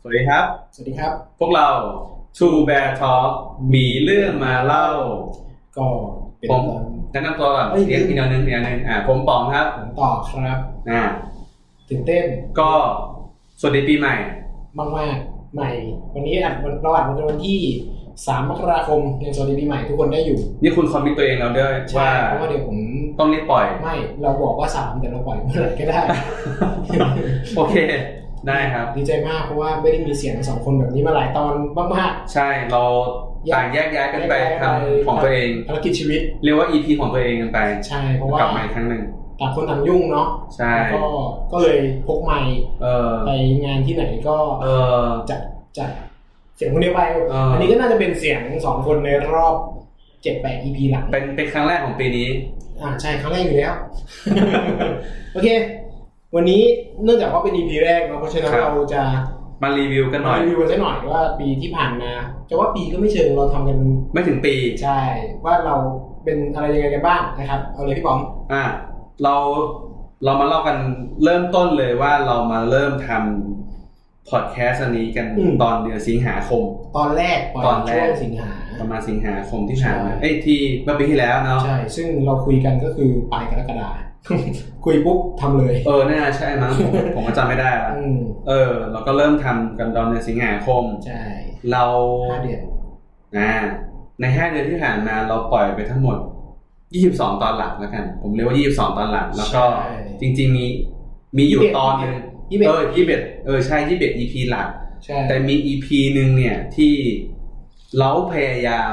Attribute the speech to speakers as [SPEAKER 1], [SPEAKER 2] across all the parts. [SPEAKER 1] สวัสดีครับ
[SPEAKER 2] สวัสดีครับ
[SPEAKER 1] พวกเรา True Bear Talk มีเรื่องมาเล่า
[SPEAKER 2] ก็เป็น
[SPEAKER 1] ผม
[SPEAKER 2] ตอน
[SPEAKER 1] แนะนำตัวก่อน
[SPEAKER 2] เอ้ย
[SPEAKER 1] เรียกอีกแนวหนึงอีกแนวหนึงอ่าผมป๋องครับ
[SPEAKER 2] ผมต่อครับ
[SPEAKER 1] อ่า
[SPEAKER 2] ตื่นเต้น
[SPEAKER 1] ก็สวัสดีปีใหม่
[SPEAKER 2] มากมากๆใหม่ วันนี้อัดวันเราอัดวันวันที่ 3 มกราคมยังสวัสดีปีใหม่ทุกคนได้อยู่
[SPEAKER 1] นี่คุณคอมมิตตัวเองแล้วด้วย
[SPEAKER 2] ใช่
[SPEAKER 1] ว่า
[SPEAKER 2] เพราะว่าเดี๋ยวผม
[SPEAKER 1] ต้องรีบปล่อย
[SPEAKER 2] ไม่เราบอกว่า 3 แต่เราปล่อยเมื่อไหร่ก็ได้
[SPEAKER 1] โอเค ได้ครับ
[SPEAKER 2] ดีใจมากเพราะว่าไม่ได้มีเสียงสองคนแบบนี้มาหลายตอนมาก
[SPEAKER 1] ใช่เรา
[SPEAKER 2] แยก
[SPEAKER 1] ต่างแยกย้าย
[SPEAKER 2] ๆ
[SPEAKER 1] กันไปท
[SPEAKER 2] ด้
[SPEAKER 1] ำของตัวเอง
[SPEAKER 2] ภารกิจชีวิต
[SPEAKER 1] เรียกว่า EP ของตัวเองกันไป
[SPEAKER 2] ใช่เพราะว่าก
[SPEAKER 1] ลับมาอีกครั้งหนึ่ง
[SPEAKER 2] ต่างคนต่างยุ่งเนาะ
[SPEAKER 1] ใช่
[SPEAKER 2] แล้วก็ก็เลยพกไมค์
[SPEAKER 1] เออ
[SPEAKER 2] ไปงานที่ไหนก็
[SPEAKER 1] เออ
[SPEAKER 2] จัดจัดเสียงคนเดียวไป
[SPEAKER 1] อ่า
[SPEAKER 2] อันนี้ก็น่าจะเป็นเสียงสองคนในรอบเจ็ดแปด EP หลัง
[SPEAKER 1] เป็นเป็นครั้งแรกของปีนี้
[SPEAKER 2] อ่าใช่ครั้งแรกอยู่แล้ว โอเค วันนี้เนื่องจากว่าเป็น EP แรกเนาะเพราะฉะนั้น
[SPEAKER 1] ครับ
[SPEAKER 2] เราจะ
[SPEAKER 1] มารีวิวกันห
[SPEAKER 2] มา
[SPEAKER 1] น่อย
[SPEAKER 2] รีวิวกันสักหน่อยว่าปีที่ผ่านมาจะว่าปีก็ไม่เชิงเราทำกัน
[SPEAKER 1] ไม่ถึงปี
[SPEAKER 2] ใช่ว่าเราเป็นอะไรยังไงกันบ้างนะครับ เอาเลยพี่ป๋อม
[SPEAKER 1] อ่ะเราเรามาเล่ากันเริ่มต้นเลยว่าเรามาเริ่มทำพอดแคสต์อันนี้กันตอนเดือนสิงหาคม
[SPEAKER 2] ตอนแรกปล่ย
[SPEAKER 1] ตอนแรก
[SPEAKER 2] ช่วงสิงหา
[SPEAKER 1] ประมาณสิงหาคมที่ผ่านมา
[SPEAKER 2] ใช่
[SPEAKER 1] เอ้ยที่เมื่อปีที่แล้วเนาะ
[SPEAKER 2] ใช่ซึ่งเราคุยกันก็คือปลายกรกฎา คุยปุ๊บทำเลย
[SPEAKER 1] เออน่าใช่มั้งผมผมก็จำไม่ได้ละ
[SPEAKER 2] อืม
[SPEAKER 1] เออ เราก็เริ่มทำกันตอนเดือนสิงหาคม
[SPEAKER 2] ใช่
[SPEAKER 1] เรา
[SPEAKER 2] ห้าเดือน
[SPEAKER 1] อ่าในห้าเดือนที่ผ่านมาเราปล่อยไปทั้งหมด 22 ตอนหลักแล้วกัน ผมเรียกว่า 22 ตอนหลัก แล้วก็
[SPEAKER 2] ใช่
[SPEAKER 1] จริง ๆ มีมีอยู่ตอนหนึ่ง
[SPEAKER 2] ยี่สิบ
[SPEAKER 1] เออ
[SPEAKER 2] เอ็ด
[SPEAKER 1] ยี่สิบเอ็ดเออใช่ยี่สิบเอ็ด EP หลัก
[SPEAKER 2] ใช่
[SPEAKER 1] แต่มี EP หนึ่งเนี่ยที่เราพยายาม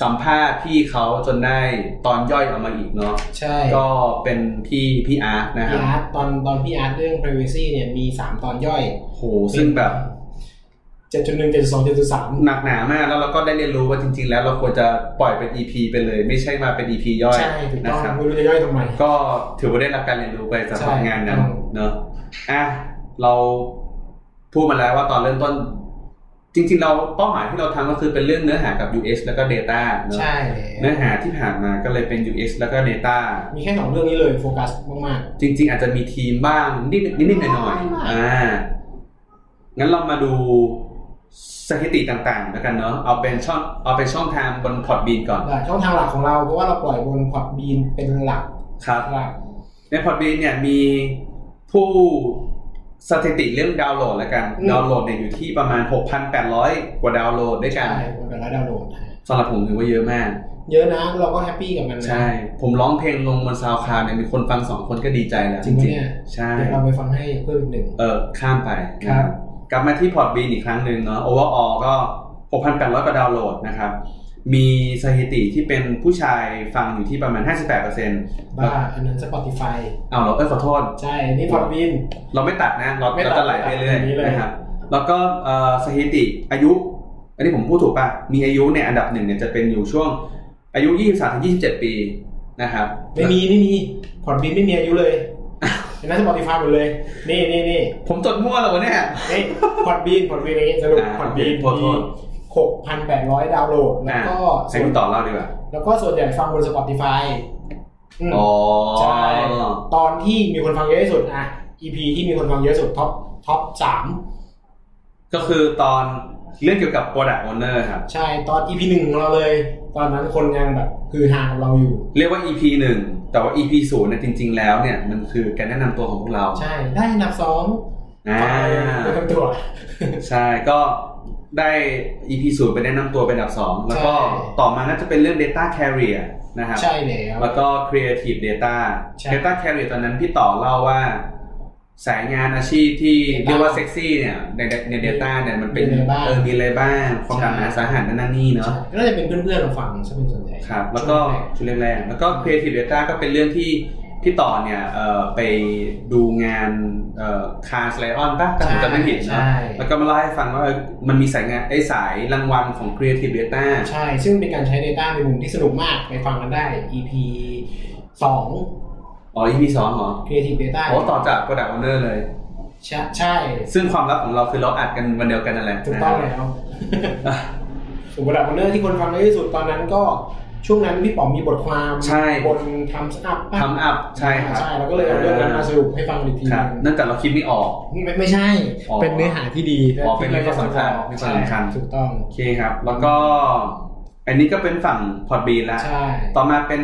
[SPEAKER 1] สัมภาษณ์พี่เขาจนได้ตอนย่อยเออกมาอีกเนาะ
[SPEAKER 2] ใช่
[SPEAKER 1] ก็เป็นพี่พี่อาร์ตนะค
[SPEAKER 2] พี่
[SPEAKER 1] รับ
[SPEAKER 2] อาร์ตตอนตอนพี่อาร์ตเรื่อง privacy เนี่ยมี 3 ตอนย่อย
[SPEAKER 1] โหซึ่งแบบ
[SPEAKER 2] 7.1 7.2 7.3
[SPEAKER 1] หนักหนามากแล้วเราก็ได้เรียนรู้ว่าจริง ๆ แล้วเราควรจะปล่อยเป็น EP ไปเลย ไม่ใช่มาเป็น EP ย่อย
[SPEAKER 2] ใช่ถูก
[SPEAKER 1] นะ
[SPEAKER 2] ต้อง
[SPEAKER 1] ครับ
[SPEAKER 2] ไม่รู้จะย่อยทำไม
[SPEAKER 1] ก็ถือว่าได้รับการเรียนรู้ไปจาก
[SPEAKER 2] ใช่
[SPEAKER 1] งานนั้น
[SPEAKER 2] ครับ
[SPEAKER 1] เนอะอ่ะเราพูดมาแล้วว่าตอนเริ่มต้น จริง ๆ เราเป้าหมายที่เราทำก็คือเป็นเรื่องเนื้อหากับ US แล้วก็ Data เนอะ
[SPEAKER 2] ใช่
[SPEAKER 1] เนื้อหาที่ผ่านมาก็เลยเป็น US แล้วก็ Data
[SPEAKER 2] มีแค่สองเรื่องนี้เลยโฟกัสมาก
[SPEAKER 1] จริง ๆ อาจจะมีทีมบ้างนิดนิดๆหน่อยๆอ่า งั้นเรามาดูสถิติต่างๆ แล้วกันเนาะ เอาเป็นช่องเอาเป็นช่องทางบนพอดบีนก่อน
[SPEAKER 2] ๆ ช่องทางหลักของเราเพราะว่าเราปล่อยบนพอดบีนเป็นหลัก
[SPEAKER 1] ครับ
[SPEAKER 2] หลัก
[SPEAKER 1] ในพอดบีนเนี่ยมีผู้สถิติเรื่องดาวน์โหลดแล้วกัน ดาวน์โหลดเนี่ยอยู่ที่ประมาณ 6,800 กว่าดาวน์โหลดด้วยกั
[SPEAKER 2] ใช่
[SPEAKER 1] น
[SPEAKER 2] มันเป็นระดับดาวน์โหลดนะฮะ
[SPEAKER 1] สำหรับผมถือว่าเยอะมาก
[SPEAKER 2] เยอะนะเราก็แฮปปี้กับมันนะ
[SPEAKER 1] ใช่ ผมร้องเพลงลงบนซาวคลาวเนี่ยมีคนฟังสองคนก็ดีใจแล้ว
[SPEAKER 2] จริงปะเนี่ย
[SPEAKER 1] ใช่
[SPEAKER 2] เดี๋ยวเราไปฟังให้เพิ่มอีกหนึ่ง
[SPEAKER 1] เออข้ามไปนะครับ กลับมาที่พอร์ตบีนอีกครั้งหนึ่งเนาะโอเวอร์ออก็ 6,800 กว่าดาวน์โหลดนะครับ มีสถิติที่เป็นผู้ชายฟังอยู่ที่ประมาณ 58%
[SPEAKER 2] บ้าอันนั้น Spotify
[SPEAKER 1] เอาเหราเอ้ยขอโทษ
[SPEAKER 2] ใช่นี่พอดบีน
[SPEAKER 1] เราไม่ตัดนะ เรา
[SPEAKER 2] ไม่ตั
[SPEAKER 1] เรา
[SPEAKER 2] ด
[SPEAKER 1] จะไหลไปเรื่อย
[SPEAKER 2] ไม่ตัดแบบนี้เลย
[SPEAKER 1] นะครับ แล้วก็เอ่อสถิติอายุ อันนี้ผมพูดถูกป่ะ มีอายุเนี่ยอันดับหนึ่งเนี่ยจะเป็นอยู่ช่วงอายุ 23-27 ปีนะครับ
[SPEAKER 2] ไม่มีไม่มีพอร์ตบินไม่มีอายุเลยเห็นไหมสปอติฟายหมดเลย นี่นี่นี่
[SPEAKER 1] ผมจดมั่วแล้ววะเนี่ย
[SPEAKER 2] นี่พอร์ตบินพอร์ตบินอย่างงี้สรุป
[SPEAKER 1] อ่า
[SPEAKER 2] พอร์ตบิน
[SPEAKER 1] โทษโท
[SPEAKER 2] มี
[SPEAKER 1] ษ
[SPEAKER 2] หกพันแปดร้อยดาวน์โหลด แล้ว
[SPEAKER 1] อ่ะ
[SPEAKER 2] ก็
[SPEAKER 1] ให้
[SPEAKER 2] ส่วน
[SPEAKER 1] คุณต่อเล่าดีกว่า
[SPEAKER 2] แล้วก็ส่วนใหญ่ฟังบน Spotify อืม
[SPEAKER 1] อ๋อ
[SPEAKER 2] ใช่ตอนที่มีคนฟังเยอะที่สุดอ่ะ EP ที่มีคนฟังเยอะที่สุดท็อปท็อปสาม
[SPEAKER 1] ก็คือตอนเรื่องเกี่ยวกับ Product Owner ครับ
[SPEAKER 2] ใช่ตอน EP หนึ่งของเราเลย ตอนนั้นคนยังแบบคือหากับเราอยู่
[SPEAKER 1] เรียกว่า EP หนึ่งแต่ว่า EP ศูนย์เนี่ยจริง ๆ แล้วเนี่ย มันคือการแนะนำตัวของพวกเรา
[SPEAKER 2] ใช่ได้อันดับสอง
[SPEAKER 1] อ่า
[SPEAKER 2] ไปทำตัว
[SPEAKER 1] ใช่ก็ได้ EP ศูนย์ไปแนะนำตัวเป็นอันดับ 2 แล้วก็
[SPEAKER 2] ใช่
[SPEAKER 1] ต่อมาน่าจะเป็นเรื่อง Data Carrier นะครับ
[SPEAKER 2] ใช่แล้ว
[SPEAKER 1] แล้วก็ Creative Data
[SPEAKER 2] ใช่
[SPEAKER 1] Data Carrier ตอนนั้นพี่ต่อเล่าว่า สายงานอาชีพที่เรียกว่าเซ็กซี่เนี่ยในใน Data เนี่ยมันเป็น
[SPEAKER 2] มีอะไรบ้าง
[SPEAKER 1] เออมีอะไรบ้างความหนักหนาสาหัสนั่นนั่นนี่เนาะ
[SPEAKER 2] ก็น่าจะเป็นเพื่อนๆเราฟังซะเป็นส่วนใหญ่
[SPEAKER 1] ครับแล้วก็ชุดแรกๆแล้วก็ Creative Data ก็เป็นเรื่องที่พี่ต่อเนี่ยเอ่อไปดูงานคาร์สไลออนป่ะถ้าผมจำไม่ผิดน
[SPEAKER 2] ใช่
[SPEAKER 1] ะแล้วก็มาเล่าให้ฟังว่าเออมันมีสายงานไอ้สายรางวัลของ Creative Data
[SPEAKER 2] ใช่ ซึ่งเป็นการใช้ Data ในมุมที่สนุกมากไปฟังกันได้ EP 2
[SPEAKER 1] อ๋อ EP สองเหรอ
[SPEAKER 2] Creative Data
[SPEAKER 1] โอ้ต่อจาก Product Owner เลย
[SPEAKER 2] ใช่ใช่
[SPEAKER 1] ซึ่งความลับของเราคือเราอัดกันวันเดียวกันนั่นแหละ
[SPEAKER 2] ถูกต้อง
[SPEAKER 1] นะ
[SPEAKER 2] แล้ว
[SPEAKER 1] ฮะ
[SPEAKER 2] สุดระดับวันเนอร์ที่คนฟังเยอะที่สุดตอนนั้นก็ช่วงนั้นพี่ป๋อมมีบทความ
[SPEAKER 1] ใช่
[SPEAKER 2] บนทำสอัพ
[SPEAKER 1] ทำอัพใช่ครับ
[SPEAKER 2] ใช่เราก็เลยเอาเรื่องนั้นมาสรุปให้ฟังอีกที
[SPEAKER 1] ครับ
[SPEAKER 2] หนึ่ง
[SPEAKER 1] เนื่องจากเราคิดไม่ออก
[SPEAKER 2] ไม่ไม่ใช่
[SPEAKER 1] อ๋อ
[SPEAKER 2] เป็นเนื้อหาที่ดี
[SPEAKER 1] อ๋อเป็นเนื้อหาสำคัญ
[SPEAKER 2] ที่เาจะ
[SPEAKER 1] เป็นความสำคัญ
[SPEAKER 2] ใช่ถูกต้อง
[SPEAKER 1] โอเคครับ แล้วก็ อันนี้ก็เป็นฝั่งพอดบีแล้ว
[SPEAKER 2] ใช่
[SPEAKER 1] ต่อมาเป็น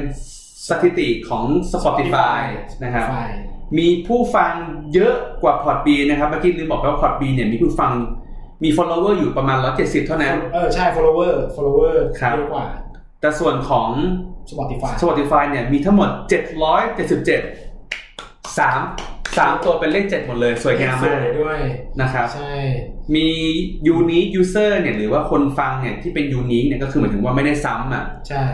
[SPEAKER 1] สถิติของ Spotify นะครับ
[SPEAKER 2] ไฟ
[SPEAKER 1] มีผู้ฟังเยอะกว่าพอดบีนะครับ เมื่อกี้ลืมบอกไปว่าพอดบีเนี่ยมีผู้ฟังมี follower อยู่ประมาณ 170 เท่านั้น
[SPEAKER 2] เออ ใช่ follower follower
[SPEAKER 1] ครับ
[SPEAKER 2] เยอะกว่า
[SPEAKER 1] แต่ส่วนของ
[SPEAKER 2] Spotify
[SPEAKER 1] Spotify เนี่ยมีทั้งหมด 777 3 3 ตัวเป็นเลข 7 หมดเลย สวยงามมาก
[SPEAKER 2] สวยด้วย
[SPEAKER 1] นะครับ
[SPEAKER 2] ใช่
[SPEAKER 1] มียูนิคยูเซอร์เนี่ยหรือว่าคนฟังเนี่ยที่เป็นยูนิคเนี่ยก็คือหมายถึงว่าไม่ได้ซ้ำอ่ะ
[SPEAKER 2] ใช่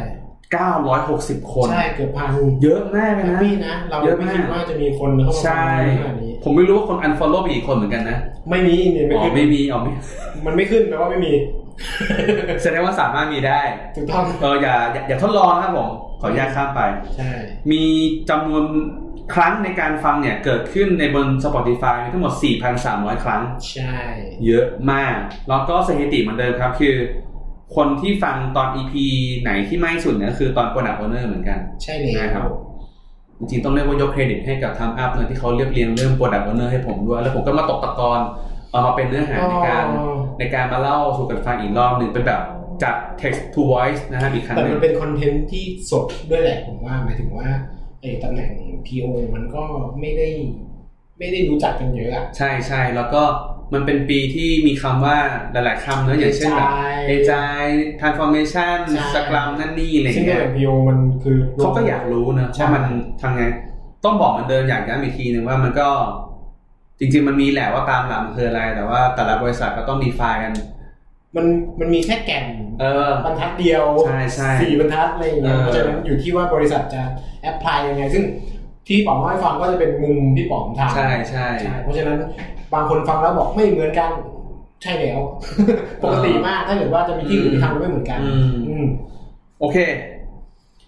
[SPEAKER 1] 960 คน
[SPEAKER 2] ใช่ เกือบพัน
[SPEAKER 1] เยอะมากเลย
[SPEAKER 2] แฮป
[SPEAKER 1] นะ
[SPEAKER 2] ปี้นะ เรา
[SPEAKER 1] เยอะมาก
[SPEAKER 2] ไม่คิดว่าจะมีคนเข้ามา
[SPEAKER 1] ใช่
[SPEAKER 2] ขนาดนี้
[SPEAKER 1] ผมไม่รู้ว่าคน unfollow ไปกี่คนเหมือนกันนะ
[SPEAKER 2] ไม่มีเนี่ยไม่
[SPEAKER 1] อ๋อ
[SPEAKER 2] ขึ้น
[SPEAKER 1] ไม่มีอ๋อไม่
[SPEAKER 2] มันไม่ขึ้นแปลว่าไม่มี
[SPEAKER 1] แสดงว่าสามารถมีได้
[SPEAKER 2] ถูกต้อง
[SPEAKER 1] เอออย่าอย่าอย่าทดลองนะครับผม ขออนุญาตข้ามไป
[SPEAKER 2] ใช่
[SPEAKER 1] มีจำนวนครั้งในการฟังเนี่ย เกิดขึ้นในบน Spotify มีทั้งหมด 4,300 ครั้ง
[SPEAKER 2] ใช่
[SPEAKER 1] เยอะมาก แล้วก็สถิติเหมือนเดิมครับ คือ คนที่ฟังตอน EP ไหนที่มากที่สุดเนี่ยคือตอน Product Owner เหมือนกัน
[SPEAKER 2] ใช่เลย
[SPEAKER 1] นะครับ จริงๆต้องเรียกว่ายกเครดิตให้กับทำอัพนะที่เขาเรียบเรียงเรื่อง Product Owner ให้ผมด้วย แล้วผมก็มาตกตะกอนเอามาเป็นเนื้อหาในการ
[SPEAKER 2] อ๋อ
[SPEAKER 1] ในการมาเล่าสู่กันฟังอีกรอบหนึ่งเป็นแบบจาก text to voice นะฮะอีกครั้ง
[SPEAKER 2] แต่
[SPEAKER 1] หนึ่
[SPEAKER 2] มั
[SPEAKER 1] ง
[SPEAKER 2] นเป็นคอนเทนต์ที่สดด้วยแหละผมว่าหมายถึงว่าไอ้ตำแหน่ง PO มันก็ไม่ได้ ไม่ได้รู้จักกันเยอะอะ
[SPEAKER 1] ใช่ใช่แล้วก็มันเป็นปีที่มีคำว่าหลายๆคำเนอะอย่างเช่นแบบ
[SPEAKER 2] AI
[SPEAKER 1] AI transformation
[SPEAKER 2] ใช่
[SPEAKER 1] scrum นั่นนี่อะไร
[SPEAKER 2] ซึ่งตำ
[SPEAKER 1] เงี้
[SPEAKER 2] แห
[SPEAKER 1] ย
[SPEAKER 2] น่ง PO มันคือรวม
[SPEAKER 1] เขาก็อยากรู้นะ
[SPEAKER 2] ใช่
[SPEAKER 1] ว่ามันทำไง ต้องบอกเหมันเดิมอยากย้ำอีกทีหนึ่งว่ามันก็ จริง ๆ มันมีแหละว่าตามหลักมันคืออะไร แต่ว่าแต่ละบริษัทก็ต้องดีไฟกัน
[SPEAKER 2] มันมันมีแค่แก่น
[SPEAKER 1] เออ
[SPEAKER 2] บรรทัดเดียว
[SPEAKER 1] ใช่ใช่
[SPEAKER 2] สี่บรรทัดอะไรอย่างเงี้ย
[SPEAKER 1] เออ
[SPEAKER 2] เพราะฉะนั้นอยู่ที่ว่าบริษัทจะแอพพลายยังไง ซึ่งที่ป๋อมเล่าให้ฟังก็จะเป็นมุมที่ป๋อมทำ
[SPEAKER 1] ใช่ใช่
[SPEAKER 2] ใช่เพราะฉะนั้นบางคนฟังแล้วบอกไม่เหมือนกัน ใช่แล้ว ปกติมากถ้าเกิดว่าจะมีที่อื่นที่ทำไม่เหมือนกัน
[SPEAKER 1] อืม
[SPEAKER 2] อืม
[SPEAKER 1] โอเค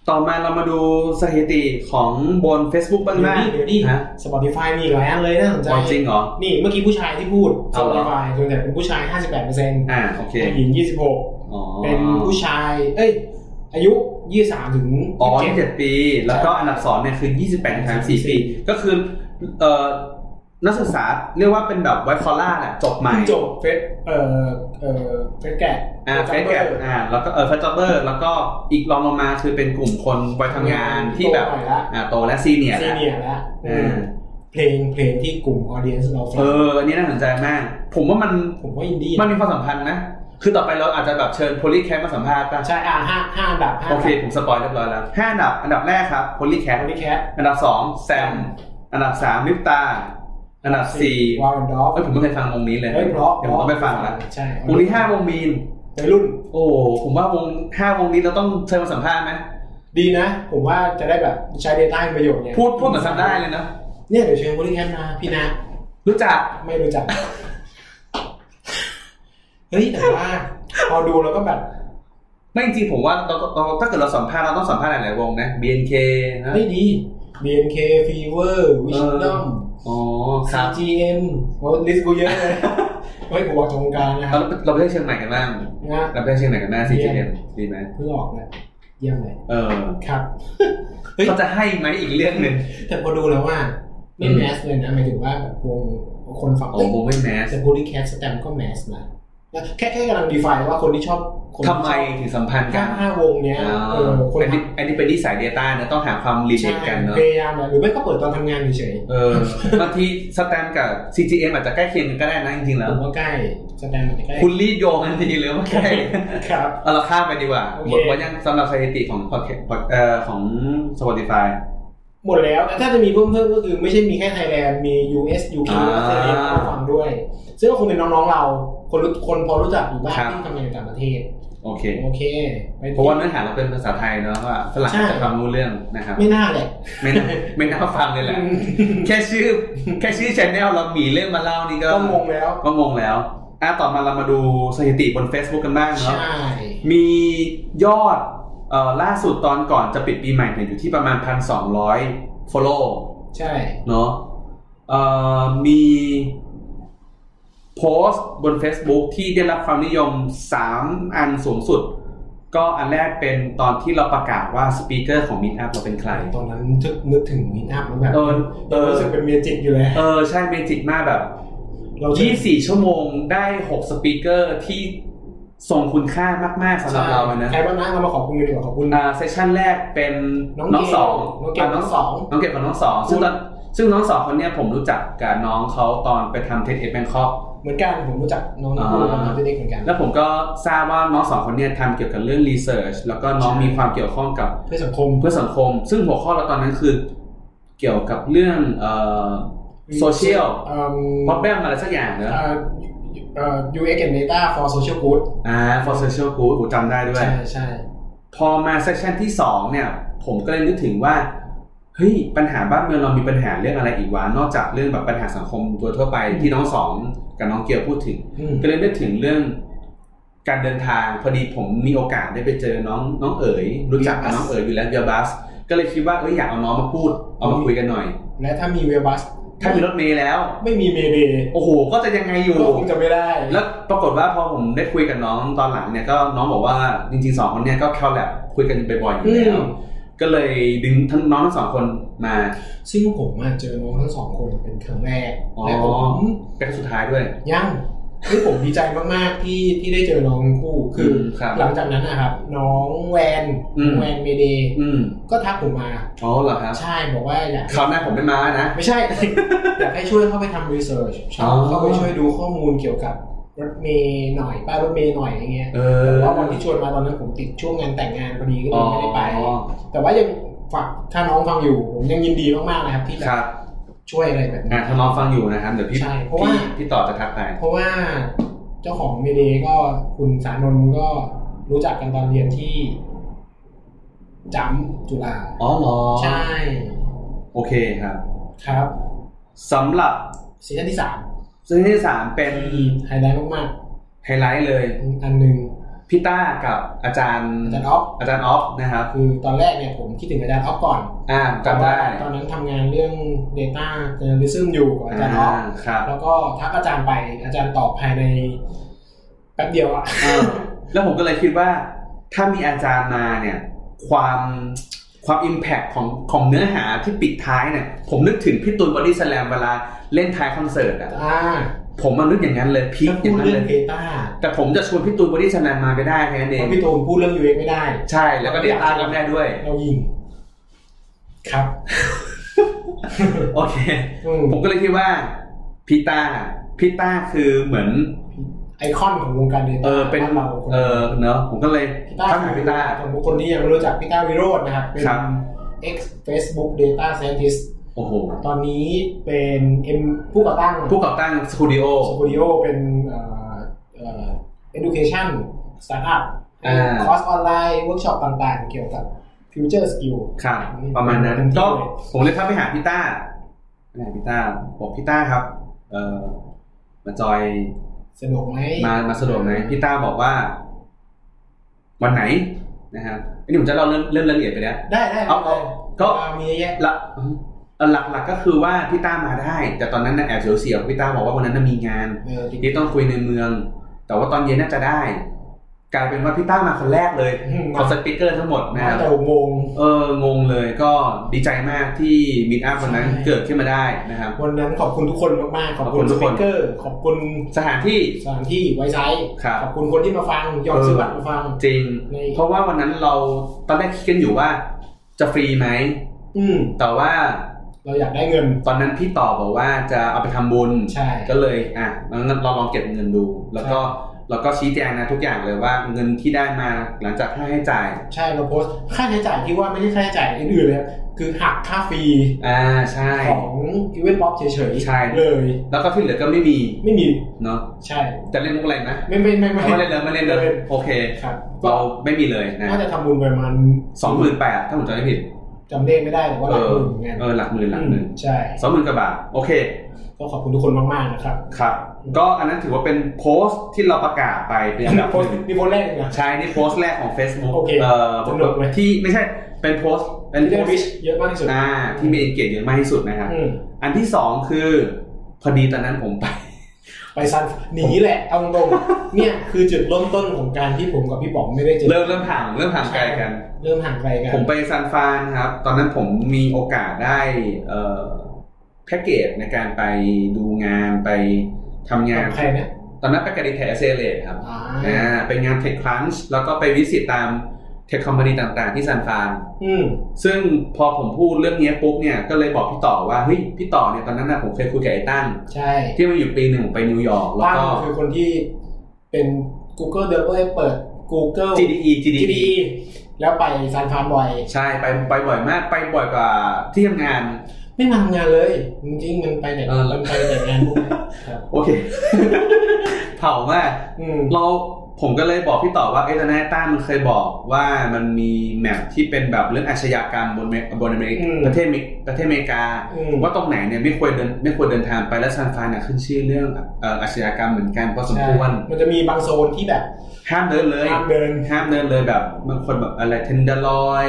[SPEAKER 1] ต่อมาเรามาดูสถิติของบน Facebook บ้าง
[SPEAKER 2] เดี๋ยว
[SPEAKER 1] นะ
[SPEAKER 2] นี้เดี๋ยวนี้
[SPEAKER 1] ฮะ
[SPEAKER 2] สปอติฟายมีอีกหลายอันเลยน่าสนใจ
[SPEAKER 1] อ๋อจริงเหรอ
[SPEAKER 2] นี่เมื่อกี้ผู้ชายที่พูดส
[SPEAKER 1] เอา
[SPEAKER 2] ป
[SPEAKER 1] เหร
[SPEAKER 2] อติ
[SPEAKER 1] อ
[SPEAKER 2] ฟายส่วนใหญ่เป็นผู้ชาย 58เปอร์เซ็นต์
[SPEAKER 1] อ่าโอเค
[SPEAKER 2] ผู้หญิง
[SPEAKER 1] อ๋อ
[SPEAKER 2] 26 เป็นผู้ชาย เอ้ย อายุ 23 ถึง
[SPEAKER 1] อ๋อ
[SPEAKER 2] 27
[SPEAKER 1] 27 ปี แล้วก็อันดับสองเนี่ยคือ 28ถึง34 ปี ก็คือเอ่อนักศึกษาเรียกว่าเป็นแบบไวคอล่าแหละจบใหม่
[SPEAKER 2] เพิ่งจบเฟสเอ่อเอ่อเฟสแกะ
[SPEAKER 1] อ่าเฟสแกรอ่าแล้วก็เออเฟสจ็อบเบอร์ แล้วก็อีกรองลงมาคือเป็นกลุ่มคนวัยทำงานที่แบบ
[SPEAKER 2] โตหน่อยละ
[SPEAKER 1] อ่าโตและซีเนียร์
[SPEAKER 2] ซี
[SPEAKER 1] แล้ว
[SPEAKER 2] เนียร์แล้ว
[SPEAKER 1] อ่า
[SPEAKER 2] เพลงเพลงที่กลุ่มออเดียนส์เราฟั
[SPEAKER 1] เอออันนี้น่าสนใจมาก ผมว่ามัน
[SPEAKER 2] ผมว่าอินดี้
[SPEAKER 1] มันมีความสัมพันธ์นะ คือต่อไปเราอาจจะแบบเชิญโพลีแคสมาสัมภาษณ์ป่ะ
[SPEAKER 2] ใช่อ่าห้าห้าอันดับห้า
[SPEAKER 1] โอเค ผมสปอยเรียบร้อยแล้วห้าอันดับ อันดับแรกครับโพลีแคส
[SPEAKER 2] แอนดี้แคท
[SPEAKER 1] อันดับสองแซม อันดับสามลิปตา อันดับสี่
[SPEAKER 2] วอลดอฟ
[SPEAKER 1] เอ้ยผมไม่เคยฟังวงนี้เลย
[SPEAKER 2] เฮ้ยเพราะ
[SPEAKER 1] เดี๋ยวผมต้องไปฟังละ
[SPEAKER 2] ใช่
[SPEAKER 1] วงที่ห้าวงมีน
[SPEAKER 2] วัยรุ่น
[SPEAKER 1] โอ้ผมว่าวงห้าวงนี้เราต้องเชิญมาสัมภาษณ์ไหม
[SPEAKER 2] ดีนะ ผมว่าจะได้แบบใช้ Data เป็นประโยชน์เนี่ย
[SPEAKER 1] พูดพูดเหมือนทำได้เลยนะ
[SPEAKER 2] เนี่ยเดี๋ยวเชิญคนที่แคมมาพี่นะ
[SPEAKER 1] รู้จัก
[SPEAKER 2] ไม่รู้ จัก เฮ้ยแต่ว่าพอดูแล้วก็แบบ
[SPEAKER 1] ไม่จริงผมว่าเราเราถ้าเกิดเราสัมภาษณ์เราต้องสัมภาษณ์หลายๆวงนะ BNK นะ
[SPEAKER 2] ไม่ดี BNK Fever
[SPEAKER 1] เอ
[SPEAKER 2] Wisdom
[SPEAKER 1] อ อ๋อครับ
[SPEAKER 2] CGM โอ้ลิสต์กูเยอะเลย เฮ้ยกูบอกตรงกลางนะค
[SPEAKER 1] เรา
[SPEAKER 2] รับ
[SPEAKER 1] เราไปเที่ยวเชียงใหม่กันบ้าง
[SPEAKER 2] นะ
[SPEAKER 1] รับได้เชียงใหม่กันหน้าซีเมดีไหม
[SPEAKER 2] เพิ่งออกนะเยี่ยมเลย
[SPEAKER 1] เออ
[SPEAKER 2] ครับ เฮ้ย
[SPEAKER 1] เขาจะให้ไหมอีกเรื่องหนึ่ง
[SPEAKER 2] แต่พอดูแล้วว่าไม่แมสเลยนะหมายถึงว่าแบบวงคนฝั่ง
[SPEAKER 1] โอ้โหไม่แมส
[SPEAKER 2] แต่บูลลี่แคสแตมก็แมสนะแล้วแค่แค่กำลังดีไฟว่าคนที่ชอบคน
[SPEAKER 1] ทำไมถึงสัมพันธ์กั
[SPEAKER 2] ห้านห้าวงเนี้ย
[SPEAKER 1] อ่า
[SPEAKER 2] เออคน
[SPEAKER 1] อันนี้อันนี้เป็นที่สาย Data นะต้องหาความรีเล
[SPEAKER 2] ใช่
[SPEAKER 1] ทกันเนาะ
[SPEAKER 2] พยายามนะหรือไม่ก็เปิดตอนทำงานเฉย
[SPEAKER 1] เออบางทีสแตมกับ CGM อาจจะใกล้เคียงกันก็ได้นะจริงๆ
[SPEAKER 2] ๆ
[SPEAKER 1] แล้ว
[SPEAKER 2] ผมว่าใกล้สแตมมันจะใกล้
[SPEAKER 1] คุณรีดโยงทันทีเลยว่าใกล้
[SPEAKER 2] ครับ
[SPEAKER 1] เอาเราข้ามไปดีกว่า
[SPEAKER 2] โอ
[SPEAKER 1] ห
[SPEAKER 2] เค
[SPEAKER 1] มดวันยังสำหรับสถิติของ podcast- pod เอ่อของ Spotify
[SPEAKER 2] หมดแล้วแต่ถ้าจะมีเพิ่มเพิ่มก็คือไม่ใช่มีแค่ไทยแลนด์มี US UK
[SPEAKER 1] อ่า
[SPEAKER 2] ออสเตรเลียมาฟังด้วย ซึ่งก็คงเป็นน้องๆเรา คนรู้คนพอรู้จักอยู่บ้าง
[SPEAKER 1] ครับ
[SPEAKER 2] ที่ทำงานอยู่ต่างประเทศ
[SPEAKER 1] โอเค
[SPEAKER 2] โอเคไป
[SPEAKER 1] เพราะว่าเนื้อหาเราเป็นภาษาไทยเนาะว่าฝรั่งอาจจะฟังรู้เรื่องนะครับ
[SPEAKER 2] ไม่น่าแหละ
[SPEAKER 1] ไม่น่าไม่น่าฟังเลยแหละ แค่ชื่อแค่ชื่อชแนลเราหมีเรื่องมาเล่านี่ก็
[SPEAKER 2] ก็งงแล้ว
[SPEAKER 1] ก็งงแล้วอ่ะต่อมาเรามาดูสถิติบน Facebook กันบ้างเนาะ
[SPEAKER 2] ใช่
[SPEAKER 1] มียอดเอ่อล่าสุดตอนก่อนจะปิดปีใหม่เนี่ยอยู่ที่ประมาณ 1,200 follow
[SPEAKER 2] ใช่
[SPEAKER 1] เนาะเอ่อมี โพสต์บน Facebook ที่ได้รับความนิยม 3 อันสูงสุด ก็อันแรกเป็นตอนที่เราประกาศว่าสปีกเกอร์ของ Meetup เราเป็นใคร
[SPEAKER 2] ตอนนั้นนึกนึกถึงมินอัพแล้วแบบ
[SPEAKER 1] เออเออ
[SPEAKER 2] รู้สึกเป็นเมจิกอยู่เลย
[SPEAKER 1] เออ ใช่เมจิกมากแบบ
[SPEAKER 2] เราจะ
[SPEAKER 1] 24 ชั่วโมงได้ 6 สปีกเกอร์ที่ทรงคุณค่ามาก ๆสำหรับเราเลยนะ
[SPEAKER 2] ใครบ้างนะเรามาขอบคุณกันดีกว่าขอบคุณ
[SPEAKER 1] อ่าเซสชั่นแรกเป็น
[SPEAKER 2] น้อง
[SPEAKER 1] น้องสอง
[SPEAKER 2] เกลน้องเกลน้องสอง
[SPEAKER 1] น้องเกดกับน้องสองซึ่งตอนซึ่งน้องสองคนเนี้ยผมรู้จักกับน้องเขาตอนไปทำเทสเอ็ดแบงคอก
[SPEAKER 2] เหมือนกันผมรู้จักน้อง
[SPEAKER 1] อ่า
[SPEAKER 2] น้องน้องเด็กเหมือนกัน
[SPEAKER 1] แล้วผมก็ทราบว่าน้องสองคนเนี่ยทำเกี่ยวกับเรื่องรีเสิร์ชแล้วก็น้อง
[SPEAKER 2] ใช่
[SPEAKER 1] มีความเกี่ยวข้องกับ
[SPEAKER 2] เพื่อสังคม
[SPEAKER 1] เพื่อสังคม ซึ่งหัวข้อเราตอนนั้นคือเกี่ยวกับเรื่องโซเชียล
[SPEAKER 2] เอ่อ
[SPEAKER 1] พอแปมอะไรสักอย่างเนอะ
[SPEAKER 2] เอ่อเอ่อ UX and data for social good
[SPEAKER 1] อ่า for social good ผมจำได้ด้วย
[SPEAKER 2] ใช่ใช่
[SPEAKER 1] พอมาเซสชันที่สองเนี่ย ผมก็เลยนึกถึงว่า เฮ้ย ปัญหาบ้านเมืองเรามีปัญหาเรื่องอะไรอีกวะนอกจากเรื่องแบบปัญหาสังคมตัวทั่วไปที่น้องสองกับน้องเกียวพูดถึง
[SPEAKER 2] อืม
[SPEAKER 1] ก็เลยนึกถึงเรื่องการเดินทางพอดีผมมีโอกาสได้ไปเจอน้องน้องเอ๋ยรู้จักกับน้องเอ๋ยอยู่แล้วเบียบัส ก็เลยคิดว่าเอ้ยอยากเอาน้องมาพูดเอามาคุยกันหน่อย
[SPEAKER 2] และถ้ามีเวลบัส
[SPEAKER 1] ถ้ามีรถเมล์แล้ว
[SPEAKER 2] ไม่มีเมเดย์
[SPEAKER 1] โอ้โห ก็จะยังไงอยู่
[SPEAKER 2] ก็คงจะไม่ได้
[SPEAKER 1] แล้วปรากฏว่าพอผมได้คุยกับน้องตอนหลังเนี่ยก็น้องบอกว่าจริงๆสองคนเนี่ยก็แคลแลบคุยกันบ่อยๆอยู่แล้วก็เลยดึงทั้งน้องทั้งสองคนมา
[SPEAKER 2] ซึ่งผมอะเจอน้องทั้งสองคนเป็นครั้งแรก
[SPEAKER 1] อ๋อ
[SPEAKER 2] และผม
[SPEAKER 1] เป็นครั้งสุดท้ายด้วย
[SPEAKER 2] ยังคือผมดีใจมากๆที่ที่ได้เจอน้องทั้งคู่คืออ
[SPEAKER 1] มครับ
[SPEAKER 2] หลังจากนั้นนะครับ น้องแวน
[SPEAKER 1] อืม
[SPEAKER 2] แวนเมเดย์
[SPEAKER 1] อืม
[SPEAKER 2] ก็ทักผมมา
[SPEAKER 1] อ๋อเหรอครับ
[SPEAKER 2] ใช่บอกว่าอยาก
[SPEAKER 1] คราวหน้าผมไม่มานะ
[SPEAKER 2] ไม่ ใช่ อยากให้ช่วยเข้าไปทำรีเสิร์ช
[SPEAKER 1] อ๋อ
[SPEAKER 2] เข้าไปช่วยดูข้อมูลเกี่ยวกับรถเมย์หน่อยป้ายรถเมย์หน่อยอย่างเงี้ย
[SPEAKER 1] เออ
[SPEAKER 2] แต่ว่าวันที่ชวนมาตอนนั้นผมติดช่วงงานแต่งงานพอดีก็เลยไม่ได้ไป
[SPEAKER 1] อ๋อ
[SPEAKER 2] แต่ว่ายังฝากถ้าน้องฟังอยู่ผมยังยินดีมากๆนะครับที่แบ
[SPEAKER 1] ครับ บ
[SPEAKER 2] ช่วยอะไรแบบ
[SPEAKER 1] อ่ะ
[SPEAKER 2] นี้
[SPEAKER 1] ถ้าน้องฟังอยู่นะครับเดี๋ยวพี่
[SPEAKER 2] ใช่เพราะว่า
[SPEAKER 1] พี่พี่ต่อจะทักไป
[SPEAKER 2] เพราะว่าเจ้าของเมเดย์ก็คุณสานนท์ก็รู้จักกันตอนเรียนที่จำจุฬา
[SPEAKER 1] อ๋อเหรอ
[SPEAKER 2] ใช่
[SPEAKER 1] โอเคครับ
[SPEAKER 2] ครับ
[SPEAKER 1] สำหรับ
[SPEAKER 2] ซีซั่นที่สาม
[SPEAKER 1] ซีซั่นที่สามเป็น
[SPEAKER 2] ไฮไลท์มาก
[SPEAKER 1] ไฮไลท์เลย
[SPEAKER 2] ๆอันหนึ่ง
[SPEAKER 1] พี่ต้ากับอาจารย์
[SPEAKER 2] อาจารย์ออฟ
[SPEAKER 1] อาจารย์ออฟนะครับ
[SPEAKER 2] คือตอนแรกเนี่ยผมคิดถึงอาจารย์ออฟก่อน
[SPEAKER 1] อ่าจำได้
[SPEAKER 2] ตอนนั้นทำงานเรื่อง Data a n a l y s m อยู่กับอาจารย์ออฟ
[SPEAKER 1] ครับ
[SPEAKER 2] แล้วก็ทักอาจารย์ไปอาจารย์ตอบภายในแป๊บเดียวอะ
[SPEAKER 1] เออแล้วผมก็เลยคิดว่า ถ้ามีอาจารย์มาเนี่ย ความความอิมแพคของของเนื้อหาที่ปิดท้ายเนี่ย ผมนึกถึงพี่ตูนบอดี้สแลมเวลาเล่นท้ายคอนเสิร์ตอ่ะ
[SPEAKER 2] อ่า
[SPEAKER 1] ผมมันนึกอย่างนั้นเลยพีค
[SPEAKER 2] ถ้า
[SPEAKER 1] อ
[SPEAKER 2] พู
[SPEAKER 1] ย่าง
[SPEAKER 2] ด
[SPEAKER 1] นั้น
[SPEAKER 2] เรื่อ
[SPEAKER 1] เล
[SPEAKER 2] ง
[SPEAKER 1] ย
[SPEAKER 2] Data
[SPEAKER 1] แต่ผมจะชวนพี่ตูนบอดี้สแลมมาไม่ได้แค่นั้น
[SPEAKER 2] เพ
[SPEAKER 1] เอง
[SPEAKER 2] ราะพี่ตูนพูดเรื่อง UX ไม่ได้
[SPEAKER 1] ใช่แล้วก็เดต้าก็ไม่ได้ด้วย
[SPEAKER 2] เรายิง ครับ
[SPEAKER 1] โอเค
[SPEAKER 2] อืม
[SPEAKER 1] ผมก็เลยคิดว่าพีต้าพีต้าคือเหมือน
[SPEAKER 2] ไอคอนของวงการ Data
[SPEAKER 1] เออเป็น
[SPEAKER 2] บ้าเราคน
[SPEAKER 1] เออเนอะผมก็เลย
[SPEAKER 2] พี่ต้า
[SPEAKER 1] ทักหาพีต้า
[SPEAKER 2] ผมคนที่ยังไม่รู้จักพี่ต้าวิโรจน์นะครับ เป็น
[SPEAKER 1] ครับ
[SPEAKER 2] ex Facebook Data Scientist
[SPEAKER 1] โอ้โห
[SPEAKER 2] ตอนนี้เป็น M ผู้ก่อตั้ง
[SPEAKER 1] ผู้ก่อตั้งสตูดิโอ
[SPEAKER 2] สตูดิโอเป็นเอ่อเอ่อ education startup
[SPEAKER 1] อ่า
[SPEAKER 2] คอร์สออนไลน์เวิร์กช็อปต่างๆ เกี่ยวกับ future skill
[SPEAKER 1] ครับ ประมาณนั้นก็ผมเลยทักไปหาพีต้าไปหาพีต้าบอกพีต้าครับ เออมาจอย
[SPEAKER 2] สะดวกไหม
[SPEAKER 1] มามาสะดวกไหมพีต้าบอกว่า วันไหนนะครับไอ้หนุ่มจะเล่าเรื่องเรื่องรายละเอียดไปแล้ว
[SPEAKER 2] ได้ได้
[SPEAKER 1] เอาเอาก็
[SPEAKER 2] มีเยอะแยะ
[SPEAKER 1] ละเอ่อหลักๆก็คือว่าพี่ต้ามาได้ แต่ตอนนั้นนะแอบเสียวๆพี่ต้าบอกว่าวันนั้นน่ะมีงาน
[SPEAKER 2] เออติด
[SPEAKER 1] ที่ต้องคุยในเมือง แต่ว่าตอนเย็นน่าจะได้ กลายเป็นว่าพี่ต้ามาคนแรกเลยขอ
[SPEAKER 2] มา
[SPEAKER 1] สติกเกอร์ทั้งหมดนะ
[SPEAKER 2] มา
[SPEAKER 1] ครับ
[SPEAKER 2] แต่หกโมง
[SPEAKER 1] เอองงเลยก็ดีใจมากที่มิตอัพวันนั้นเกิดขึ้นมาได้นะครับ
[SPEAKER 2] วันนั้นขอบคุณทุกคนมากๆ ขอบคุ
[SPEAKER 1] ขอบคุ
[SPEAKER 2] ณ
[SPEAKER 1] ณทุ
[SPEAKER 2] ส
[SPEAKER 1] กค
[SPEAKER 2] ปิ
[SPEAKER 1] น
[SPEAKER 2] เกอร์ ขอบคุณ
[SPEAKER 1] สถานที่
[SPEAKER 2] สถานที่ไวซ์ไซต์
[SPEAKER 1] ครับ
[SPEAKER 2] ขอบคุณคนที่มาฟัง ยอม
[SPEAKER 1] เออ
[SPEAKER 2] ซื้อบัตรมาฟัง
[SPEAKER 1] จริง
[SPEAKER 2] ใน
[SPEAKER 1] เพราะว่าวันนั้นเราตอนแรกคิดกันอยู่ว่า จะฟรีไหม
[SPEAKER 2] อืม
[SPEAKER 1] แต่ว่า
[SPEAKER 2] เราอยากได้เงิน
[SPEAKER 1] ตอนนั้นพี่ต่อบอกว่าจะเอาไปทำบุญ
[SPEAKER 2] ใช่
[SPEAKER 1] ก็เลยอ่ะงั้นเราลองเก็บเงินดู แล้วก็แล้วก็ชี้แจงนะทุกอย่างเลยว่าเงินที่ได้มาหลังจากค่าให้จ่าย
[SPEAKER 2] ใช่เราโพสต์ค่าใช้จ่ายที่ว่าไม่ใช่ค่าใช้จ่ายอื่นๆเลยคือหักค่าฟรี
[SPEAKER 1] อ่าใช่
[SPEAKER 2] ของอีเวนต์บ็อบเฉยๆ
[SPEAKER 1] ใช่
[SPEAKER 2] เลย
[SPEAKER 1] แล้วก็ที่เหลือก็ไม่มี
[SPEAKER 2] ไม่มี
[SPEAKER 1] เนาะ
[SPEAKER 2] ใช่
[SPEAKER 1] จะเล่นมุกอะไรนะ
[SPEAKER 2] ไม่ไม่ไม่
[SPEAKER 1] ไม่เล่นเลยไม่เล่นเลยโอเค
[SPEAKER 2] ครับก็
[SPEAKER 1] เราไม่มีเลยนะ
[SPEAKER 2] น่าจะทำบุญไปประมาณ
[SPEAKER 1] สองหมื่นแปดถ้าผมจำไม่ผิด
[SPEAKER 2] จำเลขไม่ได้แต่ว่าห
[SPEAKER 1] เอ
[SPEAKER 2] ลัก
[SPEAKER 1] อ
[SPEAKER 2] หมื่นเหมือนกัน
[SPEAKER 1] เออหลักหมื่นหลักหมื่น
[SPEAKER 2] ใช่
[SPEAKER 1] สองหมื่นกว่าบาทโอเค
[SPEAKER 2] ก็ขอบคุณทุกคนมากๆนะครับ
[SPEAKER 1] ครับ ก็อันนั้นถือว่าเป็นโพสต์ที่เราประกาศไปเป็นอันดับห
[SPEAKER 2] โพสต์
[SPEAKER 1] นึ่ง
[SPEAKER 2] มีโพสต์แรกเลยนะ
[SPEAKER 1] ใช่นี่โพสต์แรกของ Facebook
[SPEAKER 2] โอเค
[SPEAKER 1] เอ่อ
[SPEAKER 2] สนุกเว้ย
[SPEAKER 1] ที่ไม่ใช่เป็นโพสต์เป็น
[SPEAKER 2] ที่
[SPEAKER 1] โพ
[SPEAKER 2] ได้
[SPEAKER 1] สต์
[SPEAKER 2] วิชเยอะมากที่สุด
[SPEAKER 1] อ่าที่มีเอนเกจเยอะมากที่สุดนะครับ
[SPEAKER 2] อืม
[SPEAKER 1] อันที่สองคือ พอดีตอนนั้นผมไป
[SPEAKER 2] ไป ไปซันหนีแหละเอาตรงๆเนี่ยคือจุดเริ่มต้นของการที่ผมกับพี่ป๋องไม่ได้เจอ
[SPEAKER 1] เริ่มเริ่มห่างเริ่มห่างไกลกัน
[SPEAKER 2] เริ่มห่างไกลกัน
[SPEAKER 1] ผมไปซานฟรานครับ ตอนนั้นผมมีโอกาสได้เอ่อแพ็กเกจในการไปดูงานไปทำงาน
[SPEAKER 2] กับใครเนี่ย
[SPEAKER 1] ตอนนั้นไปกระดิแถเซเลตครับ
[SPEAKER 2] อ่า
[SPEAKER 1] อ่าไปงานเทคคลันช์แล้วก็ไปวิสิตตามเทคคอมพานีต่างๆที่ซานฟราน
[SPEAKER 2] อืม
[SPEAKER 1] ซึ่งพอผมพูดเรื่องเนี้ยปุ๊บเนี่ยก็เลยบอกพี่ต่อว่าเฮ้ยพี่ต่อเนี่ยตอนนั้นนะผมเคยคุยกับไอ้ตั้ง
[SPEAKER 2] ใช่
[SPEAKER 1] ที่มันอยู่ปีหนึ่งผมไปนิวยอร์กแล้ว
[SPEAKER 2] ตั้ง
[SPEAKER 1] ก็
[SPEAKER 2] คือคนที่เป็น Google เดิมก็เปิด Google
[SPEAKER 1] GDE GDE
[SPEAKER 2] แล้วไปซานฟรานบ่อย
[SPEAKER 1] ใช่ไปไปบ่อยมากไปบ่อยกว่าที่ทำงาน
[SPEAKER 2] ไม่มาทำงานเลยจริงๆมันไปแต่
[SPEAKER 1] เออ
[SPEAKER 2] มันไปแต่ งานพวกนี้ครับ
[SPEAKER 1] โอเค เผามาก
[SPEAKER 2] อืม
[SPEAKER 1] เราผมก็เลยบอกพี่ต่อว่าไอ้ตอนนั้นไอ้ต้ามันเคยบอกว่ามันมีแมปที่เป็นแบบเรื่องอาชญากรรมบนเมบนอเมริกประเทศเมกประเทศอเมริกา
[SPEAKER 2] อืม
[SPEAKER 1] ว่าตรงไหนเนี่ยไม่ควรเดินไม่ควรเดินทางไปและซานฟรานเนี่ยขึ้นชื่อเรื่องเอ่ออาชญากรรมเหมือนกันพอสมควร
[SPEAKER 2] ใช่มันจะมีบางโซนที่แบบ
[SPEAKER 1] ห้ามเดินเลย
[SPEAKER 2] ห้ามเดิน
[SPEAKER 1] ห้ามเดินเลยแบบบางคนแบบอะไรเทนเดอร์ลอย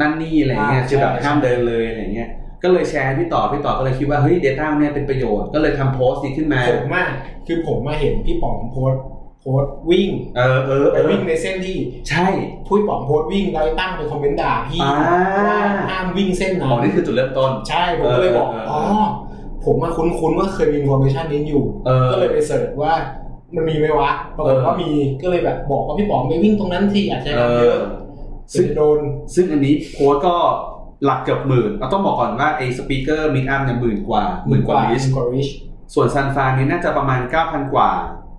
[SPEAKER 1] นั่นนี่อะไรเงี้ย
[SPEAKER 2] อ่า
[SPEAKER 1] คือแบบ
[SPEAKER 2] ใช่
[SPEAKER 1] ห้ามเดินเลยอะไรเงี้ยก็เลยแชร์ให้พี่ต่อพี่ต่อก็เลยคิดว่าเฮ้ย Data เนี่ยเป็นประโยชน์ก็เลยทำโพสต์นี้ขึ้นมา
[SPEAKER 2] ผมอะคือผมมาเห็นพี่ป๋องโพสต์โพสต์วิ่ง
[SPEAKER 1] เออเออ
[SPEAKER 2] ไป
[SPEAKER 1] เออ
[SPEAKER 2] วิ่งในเส้นที่
[SPEAKER 1] ใช่
[SPEAKER 2] พุ้ยป๋องโพสต์วิ่งแล้วตั้งเป็นคอมเมนต์ด่าพี่
[SPEAKER 1] อ่า
[SPEAKER 2] ว่าห้ามวิ่งเส้น
[SPEAKER 1] อ๋อ
[SPEAKER 2] นั้น
[SPEAKER 1] นี่คือจุดเริ่มต้น
[SPEAKER 2] ใช่ผมก็เลยบอก
[SPEAKER 1] เออเอออ๋
[SPEAKER 2] อ๋อผมมาคุ้นๆว่าเคยมีอินโฟเมชันนี้อยู่
[SPEAKER 1] เออ
[SPEAKER 2] ก็เลยไปเสิร์ชว่ามันมีไหมวะปรากฏว่า
[SPEAKER 1] เออ
[SPEAKER 2] มีก็เลยแบบบอกว่าพี่ป๋องไปวิ่งตรงนั้นที่อาจจะ
[SPEAKER 1] เอ
[SPEAKER 2] ทำเย
[SPEAKER 1] อ
[SPEAKER 2] อะ
[SPEAKER 1] ซึ่ง
[SPEAKER 2] จะโดน
[SPEAKER 1] ซึ่งอันนี้โพสต์ก็หลักเกือบหมื่นเราต้องบอกก่อนว่าไอ้สปีกเกอร์มิกอัพเนี่ยหมื่นกว่าหมื่นกว่าลิส
[SPEAKER 2] หมื่นกว่าริช
[SPEAKER 1] ส่วนซันฟานนี่น่าจะประมาณ 9,000 กว่า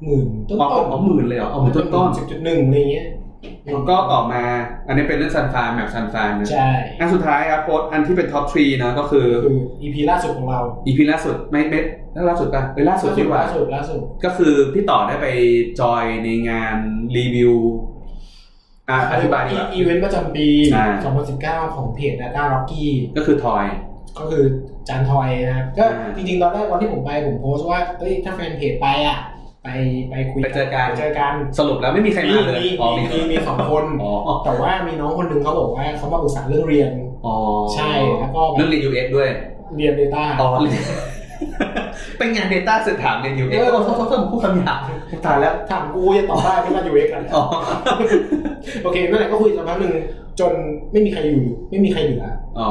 [SPEAKER 2] หมื่นต้น
[SPEAKER 1] เอาเอา
[SPEAKER 2] ๆ
[SPEAKER 1] เอาหมื่นเลยเหรอเอาหมื่นต้นต้น
[SPEAKER 2] สิบจุดหนึ่งอะไรเงี้ย
[SPEAKER 1] แล้วก็ต่อมา อันนี้เป็นเรื่องซันฟานแบบซันฟานนะ
[SPEAKER 2] ใช่
[SPEAKER 1] อันสุดท้ายครับโพสต์อันที่เป็นท็อปทรีนะก็คือ
[SPEAKER 2] คือ EP ล่าสุดของเรา
[SPEAKER 1] อีพีล่าสุดไม่ไม่ล่าสุดป่ะเอ้ยล่าสุดดีกว่า
[SPEAKER 2] ล่าสุดล่าสุด
[SPEAKER 1] ก็คือพี่ต่อได้ไปจอยในงานรีวิวอ่ะอธิบายดีกว่า
[SPEAKER 2] อีเวนต์ประจำปี
[SPEAKER 1] อ่า
[SPEAKER 2] 2019 ของเพจ Data Rocky
[SPEAKER 1] ก็คือทอย
[SPEAKER 2] ก็คือจานทอยนะครับ ก็
[SPEAKER 1] อ่า
[SPEAKER 2] จริงๆ ตอนแรกวันที่ผมไปผมโพสต์ว่าเอ้ยถ้าแฟนเพจไปอ่ะ ไปไปคุย
[SPEAKER 1] ไปเจอกัน
[SPEAKER 2] ไปเจอกัน
[SPEAKER 1] สรุปแล้วไม่มีใคร
[SPEAKER 2] มี
[SPEAKER 1] มาเลย
[SPEAKER 2] มี
[SPEAKER 1] อ๋อ
[SPEAKER 2] มี
[SPEAKER 1] มี
[SPEAKER 2] มีมีสองคน
[SPEAKER 1] อ๋อ
[SPEAKER 2] แต่ว่ามีน้องคนหนึ่งเขาบอกว่าเขามาปรึกษาเรื่องเรียน
[SPEAKER 1] อ๋อ
[SPEAKER 2] ใช่แล้วก็
[SPEAKER 1] เรื่องเรียน US ด้วย
[SPEAKER 2] เรียน Data
[SPEAKER 1] อ๋อ เรียน เป็นงาน Data เสร็จถามเรียน US
[SPEAKER 2] เออ
[SPEAKER 1] เออเขาเขาพูดคำหยาบตายแล้ว
[SPEAKER 2] ถามกูจะตอบได้ไหมว่าอยู่เอ็กซ์อะ
[SPEAKER 1] อ๋อ
[SPEAKER 2] โอเคนั่นแหละก็คุยสักพักหนึ่งจนไม่มีใครอยู่ไม่มีใครเหลือ
[SPEAKER 1] อ๋อ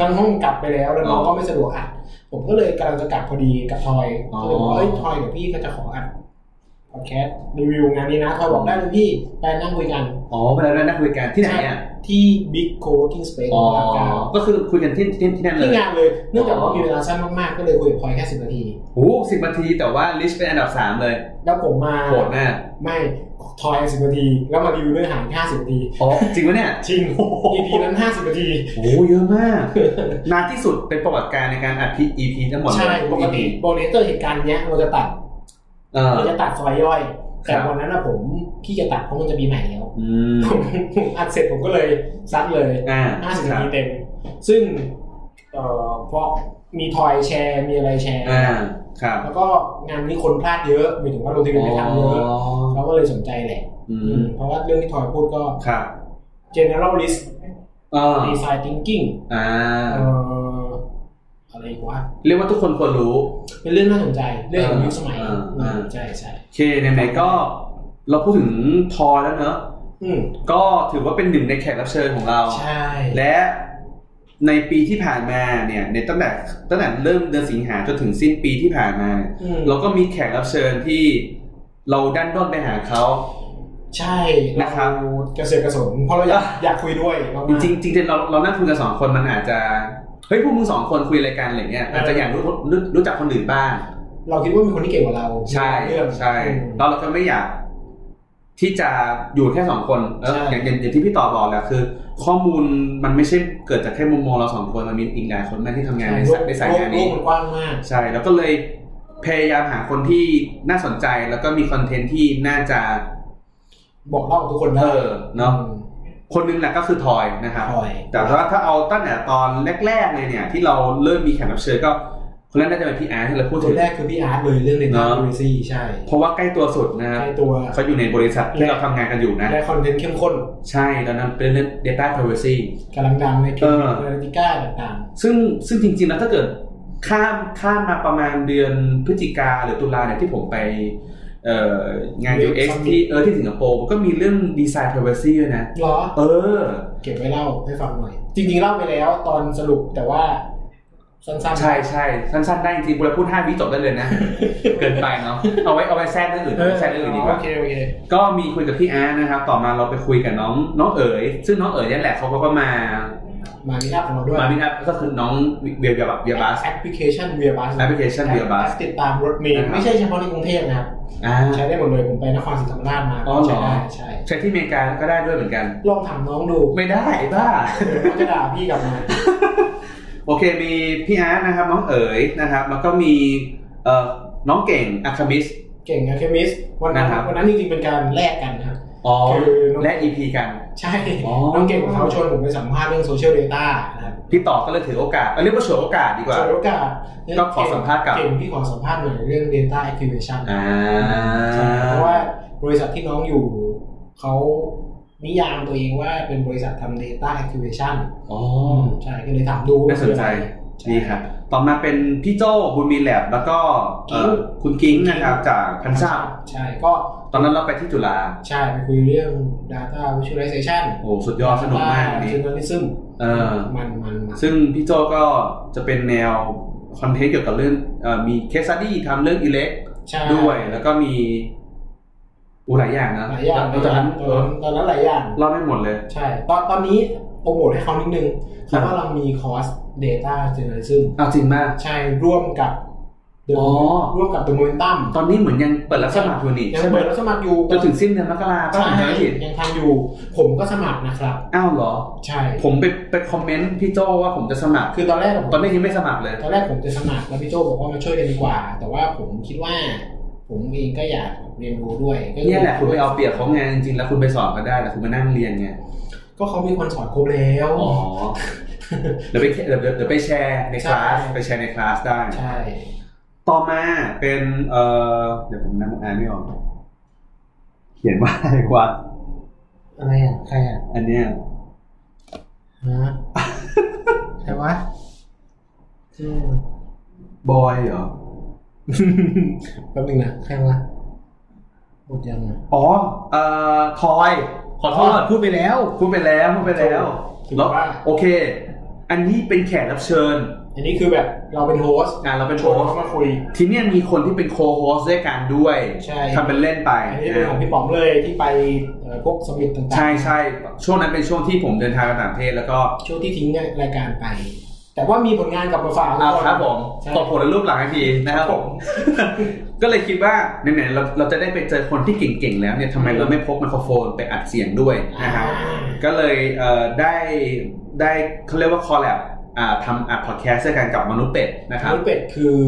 [SPEAKER 2] ทั้งห้องกลับไปแล้วแล้วน้อง
[SPEAKER 1] อ๋อ
[SPEAKER 2] ก็ไม่สะดวกอัดผมก็เลยกำลังจะกลับพอดีกับทอย
[SPEAKER 1] อ๋อ
[SPEAKER 2] ก็เลยบอกว่าเอ้ยทอยกับพี่ก็จะขออัดพอดแคสต์รีวิวงานนี้นะทอยบอกได้เลยพี่ไปนั่งคุยกัน
[SPEAKER 1] อ๋อเวลาเรานั่งคุยกันที่ไหนอ่ะ
[SPEAKER 2] ที่บิ๊กโคกิ้งสเปซ
[SPEAKER 1] อ๋อ
[SPEAKER 2] ของลาดพร้าว
[SPEAKER 1] ก็คือคุยกันที่ที่ที่นั่นเล
[SPEAKER 2] ที่
[SPEAKER 1] ย
[SPEAKER 2] งานเลยเนื่องจากว่ามีเวลาสั้นมากๆ ก็เลยคุยกับทอยแค่สิบนาที
[SPEAKER 1] โอ้สิบนาทีแต่ว่าลิสเป็นอันดับสามเลย
[SPEAKER 2] แล้วผมมา
[SPEAKER 1] โหดแน่
[SPEAKER 2] ไม่ทอยสิบนาที แล้วมารีวิวเนื้อหาห้าสิบนาที
[SPEAKER 1] อ๋อจริงปะเนี่ย
[SPEAKER 2] จริง EP นั้นห้าสิบนาที
[SPEAKER 1] โอ้เยอะมาก นานที่สุดเป็นประวัติการในการอัดพี EP ทั้งหมดเลย
[SPEAKER 2] ใช่ปกติโบเนเตอร์เหตุการณ์เนี้ยเราจะตัด
[SPEAKER 1] เออ
[SPEAKER 2] เราจะตัดซอยย่อย แต่
[SPEAKER 1] ครับ
[SPEAKER 2] วันนั้นอะผมขี้จะตัดเพราะมันจะมีใหม่แล้ว
[SPEAKER 1] อืม
[SPEAKER 2] ผมอัดเสร็จผมก็เลยซัดเลย
[SPEAKER 1] อ่า
[SPEAKER 2] 50
[SPEAKER 1] ค
[SPEAKER 2] นา
[SPEAKER 1] รับ
[SPEAKER 2] ทีเต็ม ซึ่งเอ่อเพราะมีทอยแชร์ มีอะไรแชร์
[SPEAKER 1] อ่าครับ
[SPEAKER 2] แล้วก็งานนี้คนพลาดเยอะหมายถึงว่าลงทะเบียนไปทำเยอะเราก็เลยสนใจแหละ
[SPEAKER 1] อื
[SPEAKER 2] อื
[SPEAKER 1] ม
[SPEAKER 2] มเพราะว่าเรื่องที่ทอยพูดก็
[SPEAKER 1] ครับ
[SPEAKER 2] generalist
[SPEAKER 1] เออ
[SPEAKER 2] design thinking
[SPEAKER 1] อ่า
[SPEAKER 2] เอ่ออะไรอีกวะ
[SPEAKER 1] เรียกว่าทุกคนควรรู้
[SPEAKER 2] เป็นเรื่องน่าสนใจเรื่องของยุคสมัย
[SPEAKER 1] อ่าอ่า
[SPEAKER 2] อืมใช่ใช่
[SPEAKER 1] โอเคไหนๆก็เราพูดถึงทอยแล้วเนอะ
[SPEAKER 2] อืม
[SPEAKER 1] ก็ถือว่าเป็นหนึ่งในแขกรับเชิญของเรา
[SPEAKER 2] ใช่
[SPEAKER 1] และในปีที่ผ่านมาเนี่ยในตั้งแต่ตั้งแต่เริ่มเดือนสิงหาจนถึงสิ้นปีที่ผ่านมาเนี่ย
[SPEAKER 2] อืม
[SPEAKER 1] เราก็มีแขกรับเชิญที่เราดันด้นไปหาเขา
[SPEAKER 2] ใช่
[SPEAKER 1] นะครับ
[SPEAKER 2] เาจะเสือกกระสนเพราะเราอยากอยากคุยด้วยมากๆ
[SPEAKER 1] จริงๆจริงๆเราเรานั่งคุยกันสองคนมันอาจจะเฮ้ยพวกมึงสองคนคุยอะไรกันอะไรเงี้ยอาจจะอยากรู้รู้รู้จักคนอื่นบ้าง
[SPEAKER 2] เราคิดว่ามีคนที่เก่งกว่าเรา
[SPEAKER 1] ใช่
[SPEAKER 2] เรื่อง
[SPEAKER 1] ใช่
[SPEAKER 2] อืม
[SPEAKER 1] แล้วเราก็ไม่อยากที่จะอยู่แค่สองคนเออ
[SPEAKER 2] ใช่
[SPEAKER 1] อย่างอย่างอย่างที่พี่ต่อบอกแหละคือ ข้อมูลมันไม่ใช่เกิดจากแค่มุมมองเราสองคนมันมีอีกหลายคนมากที่ทำงานในสายในสายงาน
[SPEAKER 2] โล
[SPEAKER 1] นี้
[SPEAKER 2] กมันกว้างมาก
[SPEAKER 1] ใช่แล้วก็เลยพยายามหาคนที่น่าสนใจแล้วก็มีคอนเทนต์ที่น่าจะ
[SPEAKER 2] บอกเล่ากับทุกคน
[SPEAKER 1] เอ
[SPEAKER 2] ได้
[SPEAKER 1] อเนาะคนหนึงแหละก็คือทอยนะครับ
[SPEAKER 2] คอย
[SPEAKER 1] แต่ว่าถ้าเอาตั้งแต่ตอนแรกๆเลยเนี่ย ที่เราเริ่มมีแขกรับเชิญก็คนแรกน่าจะเป็นพี่อาร์ตที่เราพูด
[SPEAKER 2] ค
[SPEAKER 1] ถึ
[SPEAKER 2] น
[SPEAKER 1] ง
[SPEAKER 2] แรกคือพี่อาร์ตเลยเรื่องใน
[SPEAKER 1] เน
[SPEAKER 2] นา
[SPEAKER 1] อะ
[SPEAKER 2] ดูซี่ใช่
[SPEAKER 1] เพราะว่าใกล้ตัวสุดนะครับ
[SPEAKER 2] ใช่ตัว
[SPEAKER 1] เขาอยู่ในบริษัทที่เราทำงานกันอยู่นะ
[SPEAKER 2] และคอนเทนต์เข้มข้น
[SPEAKER 1] ใช่ตอนนั้นเป็นเรื่อง Data Privacy
[SPEAKER 2] กำลังดังในคลิป
[SPEAKER 1] เออ
[SPEAKER 2] เอร์ติก้าต่าง
[SPEAKER 1] ซึ่งซึ่งจริงๆแล้วถ้าเกิด ข้ามข้ามมาประมาณเดือนพฤศจิกาหรือตุลาเนี่ยที่ผมไปเอ่องาน UX ที่เออที่สิงคโปร์ก็มีเรื่องดีไซน์ privacy ด้วยนะ
[SPEAKER 2] เหรอ
[SPEAKER 1] เออ
[SPEAKER 2] เก็บไว้เล่าให้ฟังหน่อย จริงๆเล่าไปแล้วตอนสรุปแต่ว่าสั้นๆ
[SPEAKER 1] ใช่ใช่สั้นๆได้จริงๆบุรพูดห้าวิจบได้เลย นะ เกินไปเนาะเอาไว้เอาไว้แทรกเรื่องอื่น
[SPEAKER 2] เอ
[SPEAKER 1] เอา
[SPEAKER 2] อ
[SPEAKER 1] ไว้แทรกเรื่องอื่นดีกว่า
[SPEAKER 2] โอเคโอเค
[SPEAKER 1] ก็มีคุยกับพี่อาร์ตนะครับ ต่อมาเราไปคุยกับน้องน้องเอ๋ย ซึ่งน้องเอ๋ยเนี่ยแหละเขาก็มา
[SPEAKER 2] มามิรับของเราด้วย
[SPEAKER 1] มามิทับก็คือน้องเวียเวียบับเวียบัส
[SPEAKER 2] แอปพลิเคชันเวียบัส
[SPEAKER 1] แอปพลิเคชันเวียบัส
[SPEAKER 2] ติดตามรถเมล์
[SPEAKER 1] นะครับ
[SPEAKER 2] ไม่ใช่เฉพาะในกรุงเทพนะครับ
[SPEAKER 1] อ่า
[SPEAKER 2] ใช้ได้หมดเลยผมไปนครศรีธรรมราชมา
[SPEAKER 1] อ๋
[SPEAKER 2] ก็
[SPEAKER 1] อเหรอ
[SPEAKER 2] ใช้ได้ใช่
[SPEAKER 1] ใช้ที่อเมริกาก็ได้ด้วยเหมือนกัน
[SPEAKER 2] ลองถามน้องดู
[SPEAKER 1] ไม่ได้ไอ้บ้า
[SPEAKER 2] เดี๋ยวเขาจะด่าพี่กลับมา
[SPEAKER 1] โอเคมีพี่อาร์ตนะครับ น้องเอ๋ยนะครับ แล้วก็มีเอ่อน้องเก่งอะคามิส
[SPEAKER 2] เก่งอะเคมิสวันนั้น
[SPEAKER 1] นะครับ
[SPEAKER 2] วันนั้นจริงๆเป็นการแลกกันนะครับ
[SPEAKER 1] อ๋อ
[SPEAKER 2] คือน้อง
[SPEAKER 1] และ EP กัน
[SPEAKER 2] ใช่
[SPEAKER 1] อ๋อ
[SPEAKER 2] น้องเก่งเขาชวนผมไปสัมภาษณ์เรื่องโซเชียลเดต้านะครับ
[SPEAKER 1] พี่ต่อก็เลยถือโอกาสเอาเรียกว่าฉวยโอกาสดีกว่า
[SPEAKER 2] ส่วนโอกาส
[SPEAKER 1] ก็ขอสัมภาษณ์กลับ
[SPEAKER 2] เก่งพี่ขอสัมภาษณ์หน่อยเรื่อง Data Activation
[SPEAKER 1] อ่า
[SPEAKER 2] ใช่เพราะว่าบริษัทที่น้องอยู่ เขานิยามตัวเองว่าเป็นบริษัททำ Data Activation
[SPEAKER 1] อ๋อ
[SPEAKER 2] ใช่ก็เลยถามดู
[SPEAKER 1] น่าสนใจ
[SPEAKER 2] ช่
[SPEAKER 1] ดีครับ ต่อมาเป็นพี่โจ้บุญมีแลบแล้วก็เอ่อคุณกิ้งนะครับ จากพันชาบ
[SPEAKER 2] ใช่ก็
[SPEAKER 1] ตอนนั้นเราไปที่จุฬา
[SPEAKER 2] ใช่ไปคุยเรื่อง Data Visualization
[SPEAKER 1] โอ้สุดยอดสนุกมากอันนี้
[SPEAKER 2] j o u r n a l i s m
[SPEAKER 1] เออ
[SPEAKER 2] มันมันมัน
[SPEAKER 1] ซึ่งพี่โจก็จะเป็นแนวคอนเทนต์เกี่ยวกับเรื่องเออมีเคสตัดดี้ทำเรื่องอิเล็ก
[SPEAKER 2] ใช่
[SPEAKER 1] ด้วยแล้วก็มีอูหลายอย่างนะ
[SPEAKER 2] หลายอย่าง
[SPEAKER 1] แล้วตอนนั้น
[SPEAKER 2] ต
[SPEAKER 1] เอ
[SPEAKER 2] อน
[SPEAKER 1] อ
[SPEAKER 2] นั้นตอนนั้นหลายอย่าง
[SPEAKER 1] เล่าไม่หมดเลย
[SPEAKER 2] ใช่ ตอนตอนนี้โปรโมทให้เขานิดนึง
[SPEAKER 1] ครั
[SPEAKER 2] คือบ ว่าเรามีคอร์ส Data Journalism
[SPEAKER 1] เอาจริงมาก
[SPEAKER 2] ใช่ร่วมกับ The
[SPEAKER 1] อ๋อ
[SPEAKER 2] Moment- ร่วมกับ The Momentum
[SPEAKER 1] ตอนนี้เหมือนยังเปิดรับสมัครอยู่นี่
[SPEAKER 2] ยัง
[SPEAKER 1] ใช่ไหม
[SPEAKER 2] เปิดรับสมัครอยู่
[SPEAKER 1] จนถึงสิ้นเดือนมกราป่ะ
[SPEAKER 2] ใช่
[SPEAKER 1] จำไม่ผิด
[SPEAKER 2] ยังทำอยู่ ผมก็สมัครนะครับ
[SPEAKER 1] อ้าวเหรอ
[SPEAKER 2] ใช่
[SPEAKER 1] ผมไปไปคอมเมนต์พี่โจว่าผมจะสมัคร
[SPEAKER 2] คือตอนแรกผม
[SPEAKER 1] ตอนนี้ยังไม่สมัครเลย
[SPEAKER 2] ตอนแรกผมจะสมัครแล้วพี่โจบอกว่ามาช่วยกันดีกว่า แต่ว่าผมคิดว่า ผมเองก็อยากเรียนรู้ด้วยก็
[SPEAKER 1] เนี่ยแหละคุณไปเอาเปรียบเขาไงจริงๆแล้วคุณไปสอนก็ได้แต่คุณมานั่งเรียนไง
[SPEAKER 2] ก็เขามีคนสอนครบแล้ว
[SPEAKER 1] อ๋อเดี๋ยวไปเดี๋ยวเดี๋ยวไปแชร์ในคลาสไปแชร์ในคลาสได้
[SPEAKER 2] ใช่
[SPEAKER 1] ต่อมาเป็นเออเดี๋ยวผมนั่งอ่านไม่ออก เขียนว่าอะไรวะ
[SPEAKER 2] อะไรอ่ะใครอ่ะ
[SPEAKER 1] อันเนี้ย
[SPEAKER 2] ฮะ ใครวะอืม
[SPEAKER 1] บอยเหรอ
[SPEAKER 2] แป๊บนึงนะใครวะหมดยังอ่ะ
[SPEAKER 1] อ๋อเอ่อทอย ขอโทษ
[SPEAKER 2] พูดไปแล้ว
[SPEAKER 1] พูดไปแล้วพูดไปแล้ว
[SPEAKER 2] ถูก
[SPEAKER 1] แล้ว
[SPEAKER 2] ว่า
[SPEAKER 1] โอเค อันนี้เป็นแขกรับเชิญ
[SPEAKER 2] อันนี้คือแบบเราเป็นโฮสต์
[SPEAKER 1] อ่าเราเป็น
[SPEAKER 2] ช
[SPEAKER 1] โฮ
[SPEAKER 2] ว
[SPEAKER 1] ส
[SPEAKER 2] นเขามาคุย
[SPEAKER 1] ทีเนี้ยมีคนที่เป็นโคโฮสด้วยกันด้วย
[SPEAKER 2] ใช่
[SPEAKER 1] ทำเป็นเล่นไป
[SPEAKER 2] อันนี้เป็นของพี่ป๋อมเลยที่ไปเอ่อพวกสมิธต่างๆ
[SPEAKER 1] ใช่ใช่ช่วงนั้นเป็นช่วงที่ผมเดินทางไปต่างประเทศแล้วก็
[SPEAKER 2] ช่วงที่ทิ้งรายการไป แต่ว่ามีผลงานกลับมาฝาก
[SPEAKER 1] อ่าครับผม
[SPEAKER 2] ใช่
[SPEAKER 1] ตบผลในรูปหลังทันทีนะครับผม ก็เลยคิดว่าไหนๆเราเราจะได้ไปเจอคนที่เก่งๆแล้วเนี่ยทำไมเราไม่พกไมโครโฟนไปอัดเสียงด้วย
[SPEAKER 2] อ่า
[SPEAKER 1] นะครับก็เลยเอ่อได้ได้เขาเรียกว่าคอลแลบอ่าทำอัดพอดแคสต์ด้วยกันกับมนุษย์เป็ดนะครับ
[SPEAKER 2] นุ้เป็ดคือ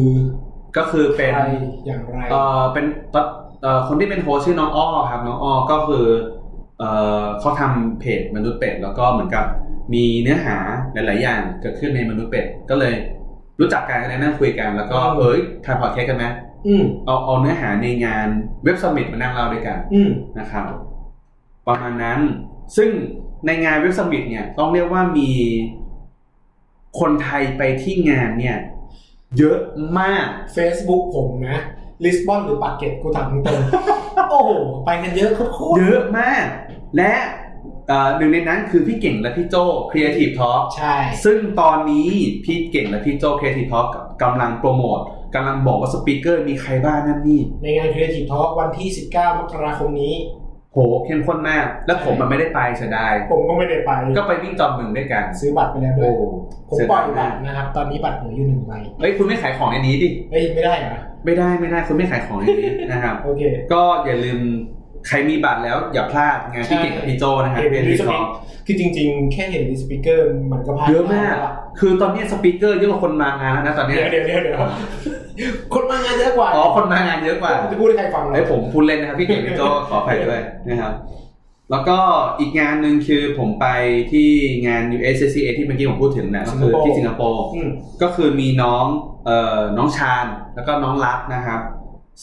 [SPEAKER 1] ก็คือเป็น
[SPEAKER 2] ใครอย่างไร
[SPEAKER 1] เอ่อเป็นตเอ่อคนที่เป็นโฮสชื่อน้องอ้อครับน้องอ้อก็คือเอ่อเขาทำเพจมนุษย์เป็ดแล้วก็เหมือนกับมีเนื้อหาหลาย ๆ อย่างเกิดขึ้นในมนุษย์เป็ดก็เลยรู้จักกันก็เลยนั่งคุยกัน แล้วก็
[SPEAKER 2] อืม
[SPEAKER 1] เอ้ยทำพอดแคสต์กันไหม
[SPEAKER 2] อืม
[SPEAKER 1] เอาเอาเนื้อหาในงานเว็บสมิตมานั่งเล่าด้วยกัน
[SPEAKER 2] อืม
[SPEAKER 1] นะครับ ประมาณนั้น ซึ่งในงานเว็บสมิตเนี่ยต้องเรียกว่ามีคนไทยไปที่งานเนี่ย เยอะมาก
[SPEAKER 2] เฟซบุ๊กผมนะลิสบอนหรือปากเกร็ตกูถามตรง ๆ โอ้โห ไปกันเยอะโคตร
[SPEAKER 1] เยอะมาก และเอ่อหนึ่งในนั้นคือพี่เก่งและพี่โจ Creative Talk
[SPEAKER 2] ใช่
[SPEAKER 1] ซึ่งตอนนี้พี่เก่งและพี่โจ Creative Talk กำลังโปรโมทกำลังบอกว่าสปีกเกอร์มีใครบ้างนั่นนี่
[SPEAKER 2] ในงาน Creative Talk วันที่ 19 มกราคมนี้
[SPEAKER 1] โหเข้มข้นมาก และผมมันไม่ได้ไปเสียดาย
[SPEAKER 2] ผมก็ไม่ได้ไป
[SPEAKER 1] ก็ไปวิ่งจอมหนึ่งด้วยกัน
[SPEAKER 2] ซื้อบัตรไปแล้วด้วย ผม
[SPEAKER 1] เสีย
[SPEAKER 2] ปล่
[SPEAKER 1] ดา
[SPEAKER 2] อ
[SPEAKER 1] ยมาม
[SPEAKER 2] ยาก กนะครับ ตอนนี้บัตรเหลืออยู่หนึ่งใบ
[SPEAKER 1] เอ้ยคุณไม่ขายของในนี้ดิ
[SPEAKER 2] เฮ้ยไม่ได้เหรอ
[SPEAKER 1] ไม่ได้ไม่ได้คุณไม่ขายของในนี้ นะครับ
[SPEAKER 2] โอเค
[SPEAKER 1] ก็อย่าลืมใครมีบัตรแล้วอย่าพลาดงานที่
[SPEAKER 2] ใช่
[SPEAKER 1] เก่งกับพี่โจนะครับ
[SPEAKER 2] เห็น
[SPEAKER 1] เป็น
[SPEAKER 2] ลิ
[SPEAKER 1] รีท
[SPEAKER 2] สปิ
[SPEAKER 1] อก
[SPEAKER 2] คือจริงๆ แค่เห็นลิสปิเกอร์มันก็พลาด
[SPEAKER 1] เยอะมาก
[SPEAKER 2] แล้วอะ
[SPEAKER 1] คือตอนนี้สปีกเกอร์เยอะกว่าคนมางานแล้วนะตอนเนี้ย
[SPEAKER 2] เดี๋ยวเดี๋ยวเดี๋ยวเดี๋ยวคนมางานเยอะกว่า
[SPEAKER 1] อ๋อคนมางานเยอะกว่า
[SPEAKER 2] ผมจะพูดให้ใครฟัง
[SPEAKER 1] เอ้ยผมพูดเล่นนะครับพี่เก่ง พี่โจขออภัยด้วยนะครับ แล้วก็อีกงานหนึ่งคือผมไปที่งาน USCCA ที่เมื่อกี้ผมพูดถึงนะก็คือที่สิงคโปร์
[SPEAKER 2] อืม
[SPEAKER 1] ก็คือมีน้องเอ่อน้องชาญแล้วก็น้องรักนะครับ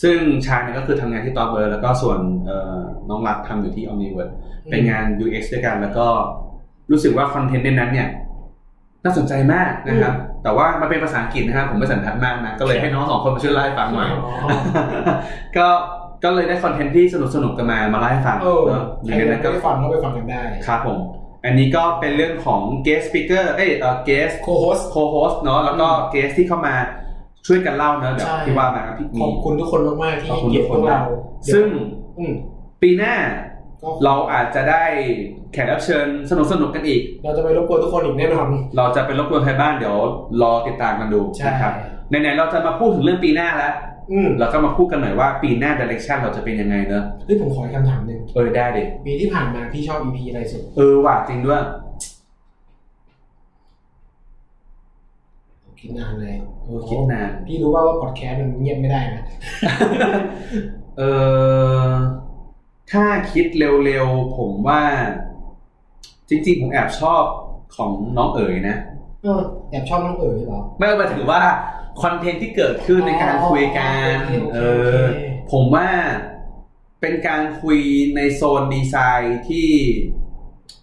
[SPEAKER 1] ซึ่งชาญเนี่ยก็คือทำงานที่ตอเบอร์แล้วก็ส่วนเอ่อน้องรักทำอยู่ที่ออมนิเวิร์เป็นงาน UX ด้วยกัน แล้วก็รู้สึกว่าคอนเทนต์ในนั้นเนี่ย น่าสนใจมากนะครับ แต่ว่ามันเป็นภาษาอังกฤษนะครับผมไม่สันทัดมากนะก็เลยให้น้องสองคนมาช่วยเล่าให้ฟังหน่อย ก็ก็เลยได้คอนเทนต์ที่สนุกสนุกๆกันมามาเล่าให้ฟัง
[SPEAKER 2] เออ
[SPEAKER 1] เนอะหรือ
[SPEAKER 2] ใคร
[SPEAKER 1] กัน
[SPEAKER 2] ยัง
[SPEAKER 1] นั้น
[SPEAKER 2] ไม่
[SPEAKER 1] ก็
[SPEAKER 2] ได้ฟังก็ไปฟังกันได้
[SPEAKER 1] ครับผม อันนี้ก็เป็นเรื่องของ guest speaker เอ้ยเอ่อ guest
[SPEAKER 2] โคโฮส
[SPEAKER 1] co-host เนาะแล้วก็ guest ที่เข้ามาช่วยกันเล่าเนอะเดี๋ยว
[SPEAKER 2] ใช่
[SPEAKER 1] ที่ว่ามาครับพี่
[SPEAKER 2] ข
[SPEAKER 1] มี
[SPEAKER 2] อบคุณทุกคนมากๆที่
[SPEAKER 1] ขอบ
[SPEAKER 2] ให้
[SPEAKER 1] คุณ
[SPEAKER 2] เกีย
[SPEAKER 1] ทุกค
[SPEAKER 2] รติพวน กเรา
[SPEAKER 1] มากซึ่ง
[SPEAKER 2] อืม
[SPEAKER 1] ปีหน้า
[SPEAKER 2] ก็
[SPEAKER 1] เราอาจจะได้แขกรับเชิญสนุกสนุกๆกันอีก
[SPEAKER 2] เราจะไปรบกวนทุกคนอีกแน่นอน
[SPEAKER 1] เราจะเป็นรบกวนใครบ้างเดี๋ยวรอติดตามกันดู
[SPEAKER 2] ใช่
[SPEAKER 1] นะครับไหนๆเราจะมาพูดถึงเรื่องปีหน้าแล้ว
[SPEAKER 2] อืม
[SPEAKER 1] เราก็มาพูดกันหน่อยว่าปีหน้า direction เราจะเป็นยังไงเนอะ
[SPEAKER 2] เฮ้ยผมขออีกคำถามหนึ่ง
[SPEAKER 1] เออได้ดิ
[SPEAKER 2] ปีที่ผ่านมาพี่ชอบ EP อะไรสุด
[SPEAKER 1] เออว่ะจริงด้วย
[SPEAKER 2] คิดนานเลย
[SPEAKER 1] เออคิดนาน
[SPEAKER 2] พี่รู้ว่าว่าพอดแคสต์มันเงียบไม่ได้นะ
[SPEAKER 1] เออถ้าคิดเร็วๆ ผมว่า จริงๆ ผมแอบชอบของน้องเอ๋ยนะ
[SPEAKER 2] เออแอบชอบน้องเอ๋ยเหรอ
[SPEAKER 1] ไม่ว่าถือว่า คอนเทนต์ที่เกิดขึ้นในการคุยกัน
[SPEAKER 2] อ๋อโอเคโอเค
[SPEAKER 1] เออ
[SPEAKER 2] โอเค
[SPEAKER 1] ผมว่าเป็นการคุยในโซนดีไซน์ที่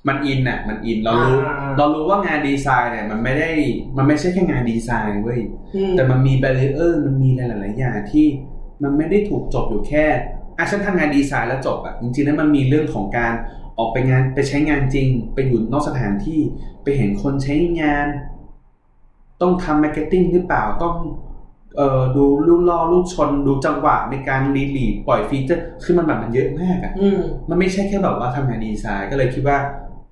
[SPEAKER 1] มันอินน่ะ มันอินเรารู้
[SPEAKER 2] อ่อ่
[SPEAKER 1] เรารู้ว่างานดีไซน์เนี่ย มันไม่ได้ มันไม่ใช่แค่งานดีไซน์เว้ย
[SPEAKER 2] อืม
[SPEAKER 1] แต่มันมีแบร r เออร์มันมีหลาย ๆ อย่างที่มันไม่ได้ถูกจบอยู่แค่อ่ะฉันทำงานดีไซน์แล้วจบอ่ะจริง ๆ แล้วมันมีเรื่องของการออกไปงานไปใช้งานจริง ไปอยู่นอกสถานที่ไปเห็นคนใช้งาน ต้องทำมาร์เก็ตติ้งหรือเปล่าต้องเอ่อดูลูกล่อลูกชนดูจังหวะในการรีลีดปล่อยฟีเจอร์คือมันแบบมันเยอะมากอ่ะ
[SPEAKER 2] อืม
[SPEAKER 1] มันไม่ใช่แค่แบบว่าทำงานดีไซน์ก็เลยคิดว่า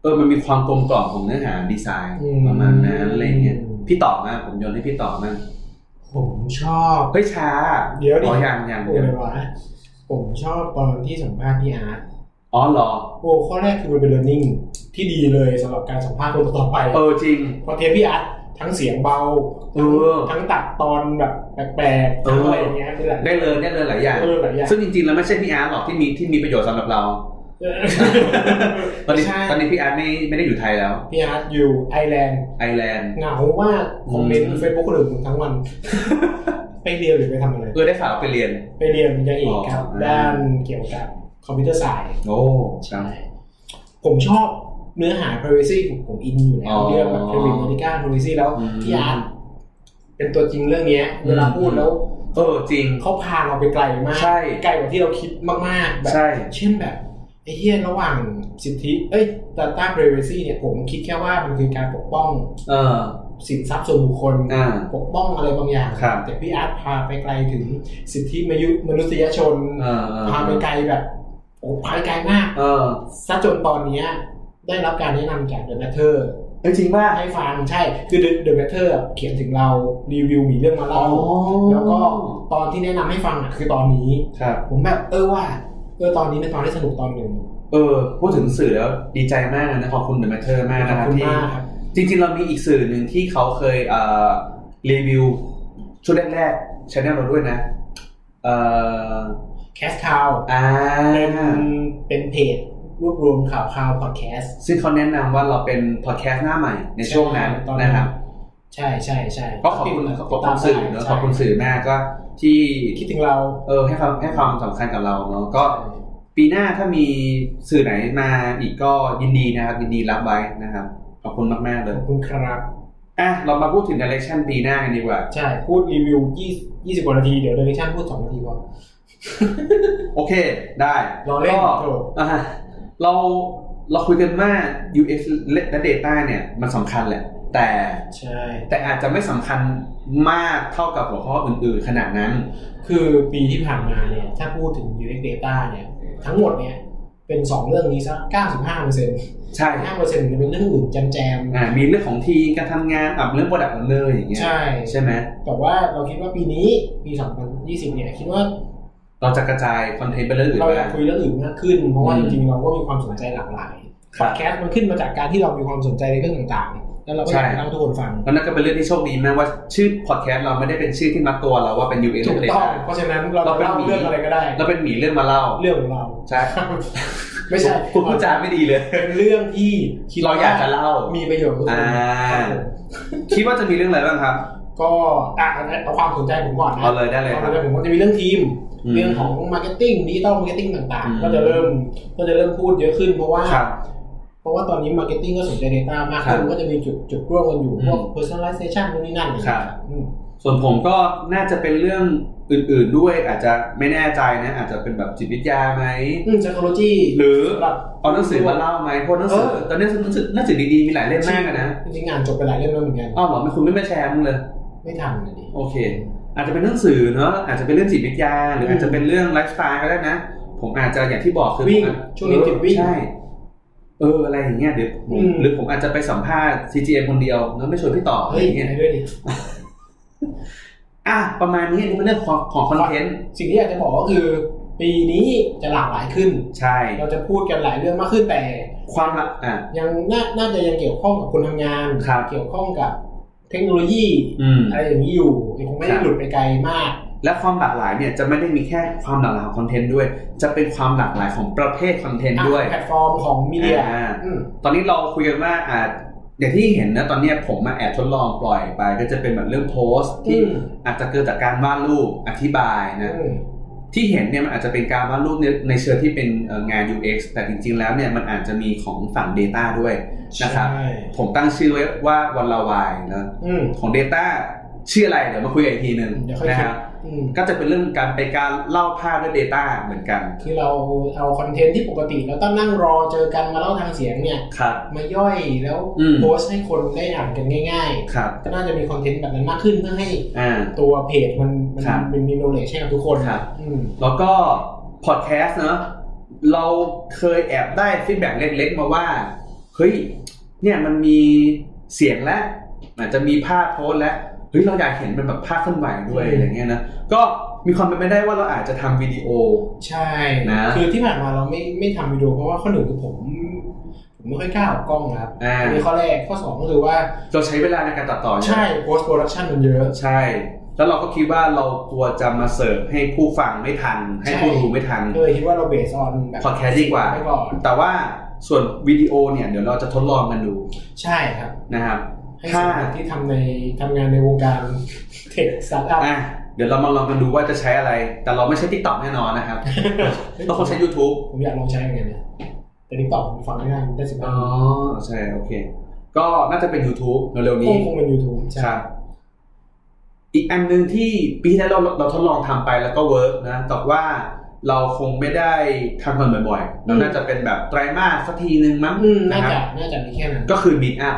[SPEAKER 1] เออมันมีความกลมกล่อมของเนื้อหาดีไซน์
[SPEAKER 2] อื
[SPEAKER 1] ประมาณนั้นอะไรเงี้ยพี่ต่อมาผมโยนให้พี่ต่อมา
[SPEAKER 2] ผมชอบ
[SPEAKER 1] เฮ้ยช้า
[SPEAKER 2] เดี๋ยวดิ
[SPEAKER 1] อ๋อยังยัง
[SPEAKER 2] โอ้ยวะผมชอบตอนที่สัมภาษณ์พี่อาร์ต
[SPEAKER 1] อ๋อเหรอ
[SPEAKER 2] โอ้ข้อแรกคือมันเป็น learning ที่ดีเลยสำหรับการสัมภาษณ์คนต่อๆไป
[SPEAKER 1] เออจริง
[SPEAKER 2] เพอเทปพี่อาร์ตทั้งเสียงเบาทั้ง
[SPEAKER 1] เออ
[SPEAKER 2] ทั้งตัดตอนแบบแปลกๆ
[SPEAKER 1] เอ
[SPEAKER 2] ทั้ง
[SPEAKER 1] ออ
[SPEAKER 2] อะไรอย่างเงี้ยนี่แหละ
[SPEAKER 1] ได้เลยได้เลยหลายอย่าง
[SPEAKER 2] เออหลายอย่าง
[SPEAKER 1] ซึ่งจริงๆแล้วไม่ใช่พี่อาร์ตหรอกที่มีที่มีประโยชน์สำหรับเรา
[SPEAKER 2] เออ
[SPEAKER 1] ตอนนี้
[SPEAKER 2] ใช่
[SPEAKER 1] ตอนนี้พี่อาร์ตไม่ไม่ได้อยู่ไทยแล้ว
[SPEAKER 2] พี่อาร์ตอยู่ไอร์แลนด์
[SPEAKER 1] ไอร์แลนด์
[SPEAKER 2] เหงามากคอมเมน
[SPEAKER 1] อื
[SPEAKER 2] ต์
[SPEAKER 1] ม
[SPEAKER 2] เฟซบุ๊กคนอื่นทั้ งวัน ไปเรียนหรือไปทำอะไร
[SPEAKER 1] เออได้ข่าวไปเรียน
[SPEAKER 2] ไปเรียนยังเอกครับ
[SPEAKER 1] อ๋อ
[SPEAKER 2] ด้านเกี่ยวกับคอมพิวเตอร์สาย
[SPEAKER 1] โอ้ครับ
[SPEAKER 2] ผมชอบเนื้อหา privacy ผมผมอินอยู่แล้
[SPEAKER 1] อ๋
[SPEAKER 2] ว
[SPEAKER 1] อ
[SPEAKER 2] เรื่องแบบ private medica privacy แล้ว
[SPEAKER 1] อืม
[SPEAKER 2] พี่อาร์ตเป็นตัวจริงเรื่องเนี้ย
[SPEAKER 1] อืม
[SPEAKER 2] เวลาพูดแล้ว
[SPEAKER 1] เออจริง
[SPEAKER 2] เขาพาเราไปไกลมาก
[SPEAKER 1] ใช่
[SPEAKER 2] ไกลกว่าที่เราคิดมากๆแบบ
[SPEAKER 1] ใช่
[SPEAKER 2] เช่นแบบไอ้เหี้ยระหว่างสิทธิ เอ้ย data privacy เนี่ยผมคิดแค่ว่ามันคือการปกป้อง
[SPEAKER 1] เออ
[SPEAKER 2] สินทรัพย์ส่วนบุคคล
[SPEAKER 1] อ่า
[SPEAKER 2] ปกป้องอะไรบางอย่าง
[SPEAKER 1] ครับ
[SPEAKER 2] แต่พี่อาร์ตพาไปไกลถึงสิทธิมยุมนุษยชน
[SPEAKER 1] เออเออ
[SPEAKER 2] พาไปไกลแบบโอ้ไปไกลมาก
[SPEAKER 1] เออ
[SPEAKER 2] ซะจนตอนเนี้ยได้รับการแนะนำจากเดอะแมทเทอร์
[SPEAKER 1] เอ้ยจริงป่ะ
[SPEAKER 2] ให้ฟังใช่ คือเดอะแมทเทอร์เขียนถึงเรารีวิวมีเรื่องมา
[SPEAKER 1] อ๋อ
[SPEAKER 2] เล่าแล้วก็ตอนที่แนะนำให้ฟังอ่ะคือตอนนี้
[SPEAKER 1] ครับ
[SPEAKER 2] ผมแบบเออว่าเออตอนนี้เป็นตอนที่สนุกตอนหนึ่ง
[SPEAKER 1] เออ พูดถึงสื่อแล้วดีใจมากเลยนะขอบคุณเดอะแมทเทอร์มาก
[SPEAKER 2] ขอ
[SPEAKER 1] นะ
[SPEAKER 2] บ
[SPEAKER 1] ครับ
[SPEAKER 2] คุณ
[SPEAKER 1] ที่
[SPEAKER 2] มากครับ
[SPEAKER 1] จริงๆ เรามีอีกสื่อหนึ่งที่เขาเคยเอ่อรีวิวชุดแรกๆชแนลเราด้วยนะเอ่อ
[SPEAKER 2] แคสคาว
[SPEAKER 1] อ่า
[SPEAKER 2] เป็นเป็นเพจรวบรวมข่าวข่าวพอดแคส
[SPEAKER 1] ซึ่งเขาแนะนำว่าเราเป็นพอดแคสต์หน้าใหม่ในช่วงนั้นนะครับ
[SPEAKER 2] ใช่ใช่ใช่
[SPEAKER 1] ก็ขอบคุณขอบคุณสื่อเนอะขอบคุณ
[SPEAKER 2] ใช่
[SPEAKER 1] สื่อมากก็ที่
[SPEAKER 2] คิดถึงเรา
[SPEAKER 1] เออให้ความให้ความสำคัญกับเราเนาะก็ปีหน้าถ้ามีสื่อไหนมาอีกก็ยินดีนะครับ ยินดีรับไว้นะครับ ขอบคุณมากๆเล
[SPEAKER 2] ข
[SPEAKER 1] ย
[SPEAKER 2] อบคุณครับ
[SPEAKER 1] อ่ะเรามาพูดถึง direction ปีหน้ากันดีกว่า
[SPEAKER 2] ใช่พูดรีวิวยี่ยี่สิบกว่านาทีเดี๋ยวเดเรชั่นพูดสองนาทีพอ
[SPEAKER 1] โอเค ได้
[SPEAKER 2] เราเล่น
[SPEAKER 1] ก็
[SPEAKER 2] โจทย์
[SPEAKER 1] อ่ะเราเราคุยกันว่า UX และ Data เนี่ย มันสำคัญแหละ แต่
[SPEAKER 2] ใช่
[SPEAKER 1] แต่อาจจะไม่สำคัญมากเท่ากับหัวข้ออื่นๆ ขนาดนั้น
[SPEAKER 2] คือปีที่ผ่านมาเนี่ย ถ้าพูดถึง UX Data เนี่ย ทั้งหมดเนี่ย เป็น 2 เรื่องนี้ซะ95เปอร์เซ็นต์
[SPEAKER 1] ใช่
[SPEAKER 2] 5เปอร์เซ็นต์จะเป็นเรื่องอื่นจำแจม
[SPEAKER 1] อ่ะมีเรื่องของทีมการทำงานอับเรื่อง Product Owner อย่างเงี้ย
[SPEAKER 2] ใช่
[SPEAKER 1] ใช่ไหม
[SPEAKER 2] แต่ว่าเราคิดว่าปีนี้ปี 2020 เนี่ย คิดว่า
[SPEAKER 1] เราจะกระจายคอนเทนต์ไปเรื่องอื่น
[SPEAKER 2] เราอยา
[SPEAKER 1] บ้าก ง
[SPEAKER 2] คุยเรื่องอื่นมากขึ้น เพราะว่า
[SPEAKER 1] อืม
[SPEAKER 2] จริงๆ เราก็มีความสนใจหลากหลาย
[SPEAKER 1] ค
[SPEAKER 2] พอ
[SPEAKER 1] รับ
[SPEAKER 2] ดแคสต์มันขึ้นมาจากการที่เรามีความสนใจในเรื่องต่างๆ แล้วเราก็
[SPEAKER 1] ใช่
[SPEAKER 2] อยากเล่าให้ทุกคนฟัง
[SPEAKER 1] แล้วนั่นก็เป็นเรื่องที่โชคดีมากว่าชื่อพอดแคสต์เราไม่ได้เป็นชื่อที่มัดตัวเราว่าเป็น UX
[SPEAKER 2] ถูก
[SPEAKER 1] และ
[SPEAKER 2] ต้อง
[SPEAKER 1] Data
[SPEAKER 2] เพราะฉะนั้นเรา
[SPEAKER 1] เรา
[SPEAKER 2] จะ
[SPEAKER 1] เป็น
[SPEAKER 2] เล่า
[SPEAKER 1] หมี
[SPEAKER 2] เรื่องอะไรก็ได้
[SPEAKER 1] เราเป็นหมีเรื่องมาเล่า
[SPEAKER 2] เรื่องของเรา
[SPEAKER 1] ใช่
[SPEAKER 2] ไม่ใช่
[SPEAKER 1] คุณพูดจาไม่ดีเลย
[SPEAKER 2] เป็นเรื่องที่คิด
[SPEAKER 1] เราอยากจะเล่า
[SPEAKER 2] มีประโยชน์กับทุกค
[SPEAKER 1] อ่า
[SPEAKER 2] นครับผม
[SPEAKER 1] คิดว่าจะมีเรื่องอะไรบ้างครับ
[SPEAKER 2] ก็อ่ะเอาความสนใจผมก่อนนะ
[SPEAKER 1] เอาเลยได้เลยคว
[SPEAKER 2] คา
[SPEAKER 1] รับ
[SPEAKER 2] มสนใจผมก็จะมีเรื่องทีม
[SPEAKER 1] อืม
[SPEAKER 2] เรื่องของมาร์เก็ตติ้งดิจิตอลมาร์เก็ตติ้งต่าง
[SPEAKER 1] อืม
[SPEAKER 2] ๆ ก็จะเริ่มก็จะเริ่มพูดเยอะขึ้นเพราะว่า
[SPEAKER 1] ครับ
[SPEAKER 2] ราะว่าตอนนี้มาร์เก็ตติ้งก็สนใจ Data มากขึ้
[SPEAKER 1] ครั
[SPEAKER 2] น
[SPEAKER 1] บ
[SPEAKER 2] ก็จะมีจุดจุดร่วมกันอยู่
[SPEAKER 1] อืม
[SPEAKER 2] พวก personalization นู่นนี่นั่น
[SPEAKER 1] ครับ
[SPEAKER 2] อืม
[SPEAKER 1] ส่วนผมก็น่าจะเป็นเรื่องอื่นๆด้วยอาจจะไม่แน่ใจนะ อาจจะเป็นแบบจิตวิทยาไหม
[SPEAKER 2] อืม psychology
[SPEAKER 1] หรือ
[SPEAKER 2] สำหรับ
[SPEAKER 1] เอาหนังสือมาเล่าไหมเพราะหนังสือ
[SPEAKER 2] เออ
[SPEAKER 1] ตอนนี้หนังสือหนังสือดีๆมีหลายเล่มมากอะนะ
[SPEAKER 2] จริงๆงานจบไปหลายเล่มแล้วเหมือนกัน
[SPEAKER 1] อ้าวเหรอไม่คุณไม่มาแชร์มึงเลย
[SPEAKER 2] ไม่ทันนะดิ
[SPEAKER 1] โอเค อาจจะเป็นเรื่องสื่อเนอะอาจจะเป็นเรื่องจิตวิทยา หรืออาจจะเป็นเรื่องไลฟ์สไตล์ก็ได้นะ ผมอาจจะอย่างที่บอกคือ
[SPEAKER 2] วิ่ง
[SPEAKER 1] ผมอาจ
[SPEAKER 2] ช่วงนี้ติดวิ่ง
[SPEAKER 1] ใช่เอออะไรอย่างเงี้ยเดี๋ยวผม
[SPEAKER 2] อืม
[SPEAKER 1] หรือผมอาจจะไปสัมภาษณ์ CGM คนเดียวแล้วไม่ชวนพี่ต่ออะไร
[SPEAKER 2] เฮ้ย
[SPEAKER 1] อย่าง
[SPEAKER 2] ไป
[SPEAKER 1] เงี้ย
[SPEAKER 2] ด้วยดิ
[SPEAKER 1] อ่ะประมาณนี้อันนี่เป็นเรื่องของของคอนเทนต์
[SPEAKER 2] สิ่งที่อยากจะบอกก็คือ ปีนี้จะหลากหลายขึ้น
[SPEAKER 1] ใช่
[SPEAKER 2] เราจะพูดกันหลายเรื่องมากขึ้นแต่
[SPEAKER 1] ความละอ่ะ
[SPEAKER 2] ยังน่าน่าจะยังเกี่ยวข้องกับคนทำงาน
[SPEAKER 1] ครับ
[SPEAKER 2] เกี่ยวข้องกับเทคโนโลยี
[SPEAKER 1] อืม
[SPEAKER 2] อะไรอย่างนี้อยู่ยังคงไม่ได้
[SPEAKER 1] ครับ
[SPEAKER 2] หลุดไปไกลมาก
[SPEAKER 1] และความหลากหลายเนี่ยจะไม่ได้มีแค่ความหลากหลายของคอนเทนต์ด้วย จะเป็นความหลากหลายของประเภทคอนเทนต์ด้วย
[SPEAKER 2] อ่ะแพลตฟอร์มของมีเดีย
[SPEAKER 1] อ่า
[SPEAKER 2] อืม
[SPEAKER 1] ตอนนี้เราคุยกันว่าอ่าอย่างที่เห็นนะตอนเนี้ยผมมาแอบทดลองปล่อยไป ก็จะเป็นแบบเรื่องโพสต์ที่
[SPEAKER 2] อืม
[SPEAKER 1] อาจจะเกิดจากการวาดรูปอธิบายนะ
[SPEAKER 2] อืม
[SPEAKER 1] ที่เห็นเนี่ยมันอาจจะเป็นการวาดรูปในในเชิงที่เป็นเอ่องาน UX แต่จริง ๆ แล้วเนี่ยมันอาจจะมีของฝั่ง Data ด้วย นะครับ
[SPEAKER 2] ใช่
[SPEAKER 1] ผมตั้งชื่อไว้ว่าวันละวายนะ
[SPEAKER 2] อืม
[SPEAKER 1] ของ Data ชื่ออะไรเดี๋ยวมาคุยกันอีกทีหนึ่ง
[SPEAKER 2] เดี๋ยวค่อย
[SPEAKER 1] นะค
[SPEAKER 2] คิด
[SPEAKER 1] รับ
[SPEAKER 2] อืม
[SPEAKER 1] ก็จะเป็นเรื่องการไปการเล่าภาพด้วย Data เหมือนกัน
[SPEAKER 2] คือเราเอาคอนเทนต์ที่ปกติแล้วต้องนั่งรอเจอกันมาเล่าทางเสียงเนี่ย
[SPEAKER 1] ครับ
[SPEAKER 2] มาย่อยแล้ว
[SPEAKER 1] อืม
[SPEAKER 2] โพสต์ให้คนได้อ่านกันง่าย
[SPEAKER 1] ครับ
[SPEAKER 2] ๆ ก็น่าจะมีคอนเทนต์แบบนั้นมากขึ้นเพื่อให้
[SPEAKER 1] อ่า
[SPEAKER 2] ตัวเพจมันมัน
[SPEAKER 1] ครับ
[SPEAKER 2] เป็นมีโนเลจให้กับทุกคน
[SPEAKER 1] ครับ
[SPEAKER 2] อืม
[SPEAKER 1] แล้วก็พอดแคสต์เนอะเราเคยแอบได้ฟีดแบ็กเล็กๆ มาว่า เฮ้ย เนี่ยมันมีเสียงและอาจจะมีภาพโพสต์และเฮ้ยเราอยากเห็นเป็นแบบภาพเคลื่อนไหวด้วย
[SPEAKER 2] อืม
[SPEAKER 1] อะไรเงี้ยนะก็มีความเป็นไปได้ว่าเราอาจจะทำวิดีโอ
[SPEAKER 2] ใช่
[SPEAKER 1] นะ
[SPEAKER 2] คือที่ผ่านมาเราไม่ไม่ทำวิดีโอเพราะว่าข้อหนึ่งคือผม ผมไม่ค่อยกล้าออกกล้องครับ
[SPEAKER 1] อ่า
[SPEAKER 2] อันนี้ข้อแรกข้อสองก็คือว่า
[SPEAKER 1] เราใช้เวลาในการตัดต่อเยอะ
[SPEAKER 2] ใช่โพสต์โปรดักชันมันเยอะ
[SPEAKER 1] ใช่ แล้วเราก็คิดว่าเรากลัวจะมาเสิร์ฟให้ผู้ฟังไม่ทัน ให้ผู้ดูไม่ทัน
[SPEAKER 2] ก็เลยคิดว่าเราเบสออนแบบ
[SPEAKER 1] พอดแคสต์ดีกว่า
[SPEAKER 2] ไปก่อน
[SPEAKER 1] แต่ว่าส่วนวิดีโอเนี่ยเดี๋ยวเราจะทดลองกันดู
[SPEAKER 2] ใช่ครับ
[SPEAKER 1] นะครับ
[SPEAKER 2] ให้สำหรับที่ทำในทำงานในวงการเทคสตาร์ทอัพ
[SPEAKER 1] อ่ะเดี๋ยวเรามาลองกันดูว่าจะใช้อะไร แต่เราไม่ใช้ TikTok แน่นอนนะครับ เราคงใช้ YouTube
[SPEAKER 2] ผมอยากลองใช้เหมือนกันนะแต่ทิกตอกผมฟังไม่ได้ได้สิบ
[SPEAKER 1] อ๋
[SPEAKER 2] ห้า
[SPEAKER 1] อ ใช่ โอเค ก็น่าจะเป็น YouTube เร็วๆ
[SPEAKER 2] ค
[SPEAKER 1] นี้
[SPEAKER 2] งคงเป็น YouTube ใช่
[SPEAKER 1] ครับ อีกอันหนึ่งที่ปีที่แล้วเราเราทดลองทำไปแล้วก็เวิร์กนะ แต่ว่าเราคงไม่ได้ทำกันบ่อยๆเราน่าจะเป็นแบบไตรมาสสักทีนึงมั้ง
[SPEAKER 2] อืมน่า
[SPEAKER 1] ค
[SPEAKER 2] จะ
[SPEAKER 1] รับ
[SPEAKER 2] น่าจะมีแค่นั้น
[SPEAKER 1] ก็คือ Meet Up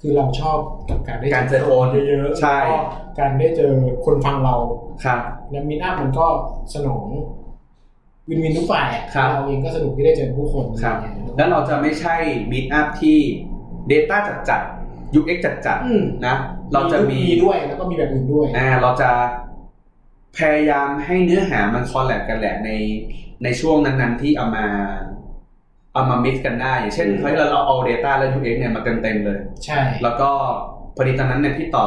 [SPEAKER 2] คือเราชอบกับการได้
[SPEAKER 1] การเจอคน
[SPEAKER 2] เยอะๆ
[SPEAKER 1] ใช่
[SPEAKER 2] แล้วก็การได้เจอคนฟังเรา
[SPEAKER 1] ครับ
[SPEAKER 2] แล้วมินอัพมันก็สนองวินวินทุกฝ่ายอะ
[SPEAKER 1] ครับ
[SPEAKER 2] เราเองก็สนุกที่ได้เจอผู้คน
[SPEAKER 1] ครับ
[SPEAKER 2] อะไอย่งงี้ย
[SPEAKER 1] แล้วเราจะไม่ใช่ Meet Up ที่ Data จัดจัดๆ UX จัดจัด
[SPEAKER 2] อืม
[SPEAKER 1] ๆนะ เราจะมี
[SPEAKER 2] ด้วยแล้วก็มีแบบอื่นด้วย
[SPEAKER 1] อ่าเราจะพยายามให้เนื้อหามันคอลแลบกันแหละในในช่วงนั้นๆที่เอามาเอามามิกกันได้ อย่างเช่น
[SPEAKER 2] อืม
[SPEAKER 1] เฮ้ยเราเราเอา Data และ UX เนี่ยมาเต็มๆเลย
[SPEAKER 2] ใช่
[SPEAKER 1] แล้วก็พอดีตอนนั้นเนี่ยพี่ต่อ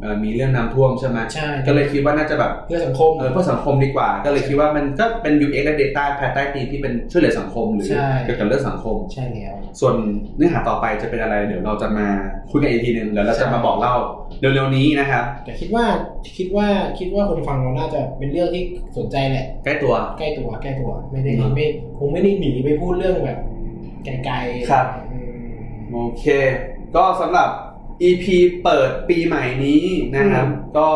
[SPEAKER 1] เอ่อมีเรื่องน้ำท่วมใช่ไหม
[SPEAKER 2] ใช่
[SPEAKER 1] ก็เลยคิดว่าน่าจะแบบ
[SPEAKER 2] เพื่อสังคม
[SPEAKER 1] เออเพื่อสังคมดีกว่า ก็เลยคิดว่ามันก็เป็น UX และ Data ภายใต้ธีมที่เป็นช่วยเหลือสังคมหรือ
[SPEAKER 2] ใช่
[SPEAKER 1] เกี่ยวกับเรื่องสังคม
[SPEAKER 2] ใช่แล้ว
[SPEAKER 1] ส่วนเนื้อหาต่อไปจะเป็นอะไรเดี๋ยวเราจะมาคุยกันอีกทีหนึ่งเดี๋ยวเราจะมาบอกเล่าเร็วๆนี้นะครับ
[SPEAKER 2] แต่คิดว่าคิดว่าคิดว่าคนฟังเราน่าจะเป็นเรื่องที่สนใจแหละ
[SPEAKER 1] ใกล้ตัว
[SPEAKER 2] ใกล้ตัวใกล้ตัวไม่ได้
[SPEAKER 1] อืม
[SPEAKER 2] ไม่คงไม่ได้หนีไปพูดเรื่องแบบไกลๆ
[SPEAKER 1] ครับ
[SPEAKER 2] อืม
[SPEAKER 1] โอเค ก็สำหรับ EP เปิดปีใหม่นี้นะครับ
[SPEAKER 2] อืม
[SPEAKER 1] ก็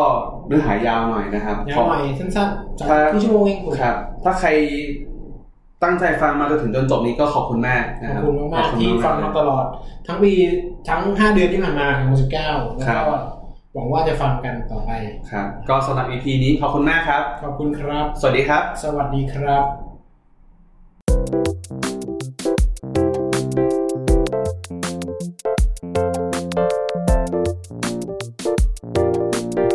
[SPEAKER 1] เนื้อหายาวหน่อยนะครับ
[SPEAKER 2] ยา
[SPEAKER 1] ข
[SPEAKER 2] ว
[SPEAKER 1] อ
[SPEAKER 2] หน่อยสั้นๆจาก
[SPEAKER 1] ครับ
[SPEAKER 2] ที่ชั่วโมงเองคุณ
[SPEAKER 1] ครับ ถ้าใครตั้งใจฟังมาจนถึงจนจบนี้ก็ขอบคุณมากนะ
[SPEAKER 2] ข
[SPEAKER 1] ค
[SPEAKER 2] อบ
[SPEAKER 1] รับ
[SPEAKER 2] คุณมากๆที่ฟังมาต
[SPEAKER 1] อ
[SPEAKER 2] ลอด ทั้งปีทั้ง 5 เดือนที่ผ่านมาของ19แล้ว
[SPEAKER 1] ครั
[SPEAKER 2] ก็
[SPEAKER 1] บ
[SPEAKER 2] หวังว่าจะฟังกันต่อไป
[SPEAKER 1] ครับ ก็สำหรับ EP นี้ขอบคุณมากครับ
[SPEAKER 2] ขอบคุณครับ
[SPEAKER 1] สวัสดีครับ
[SPEAKER 2] สวัสดีครับ
[SPEAKER 3] Thank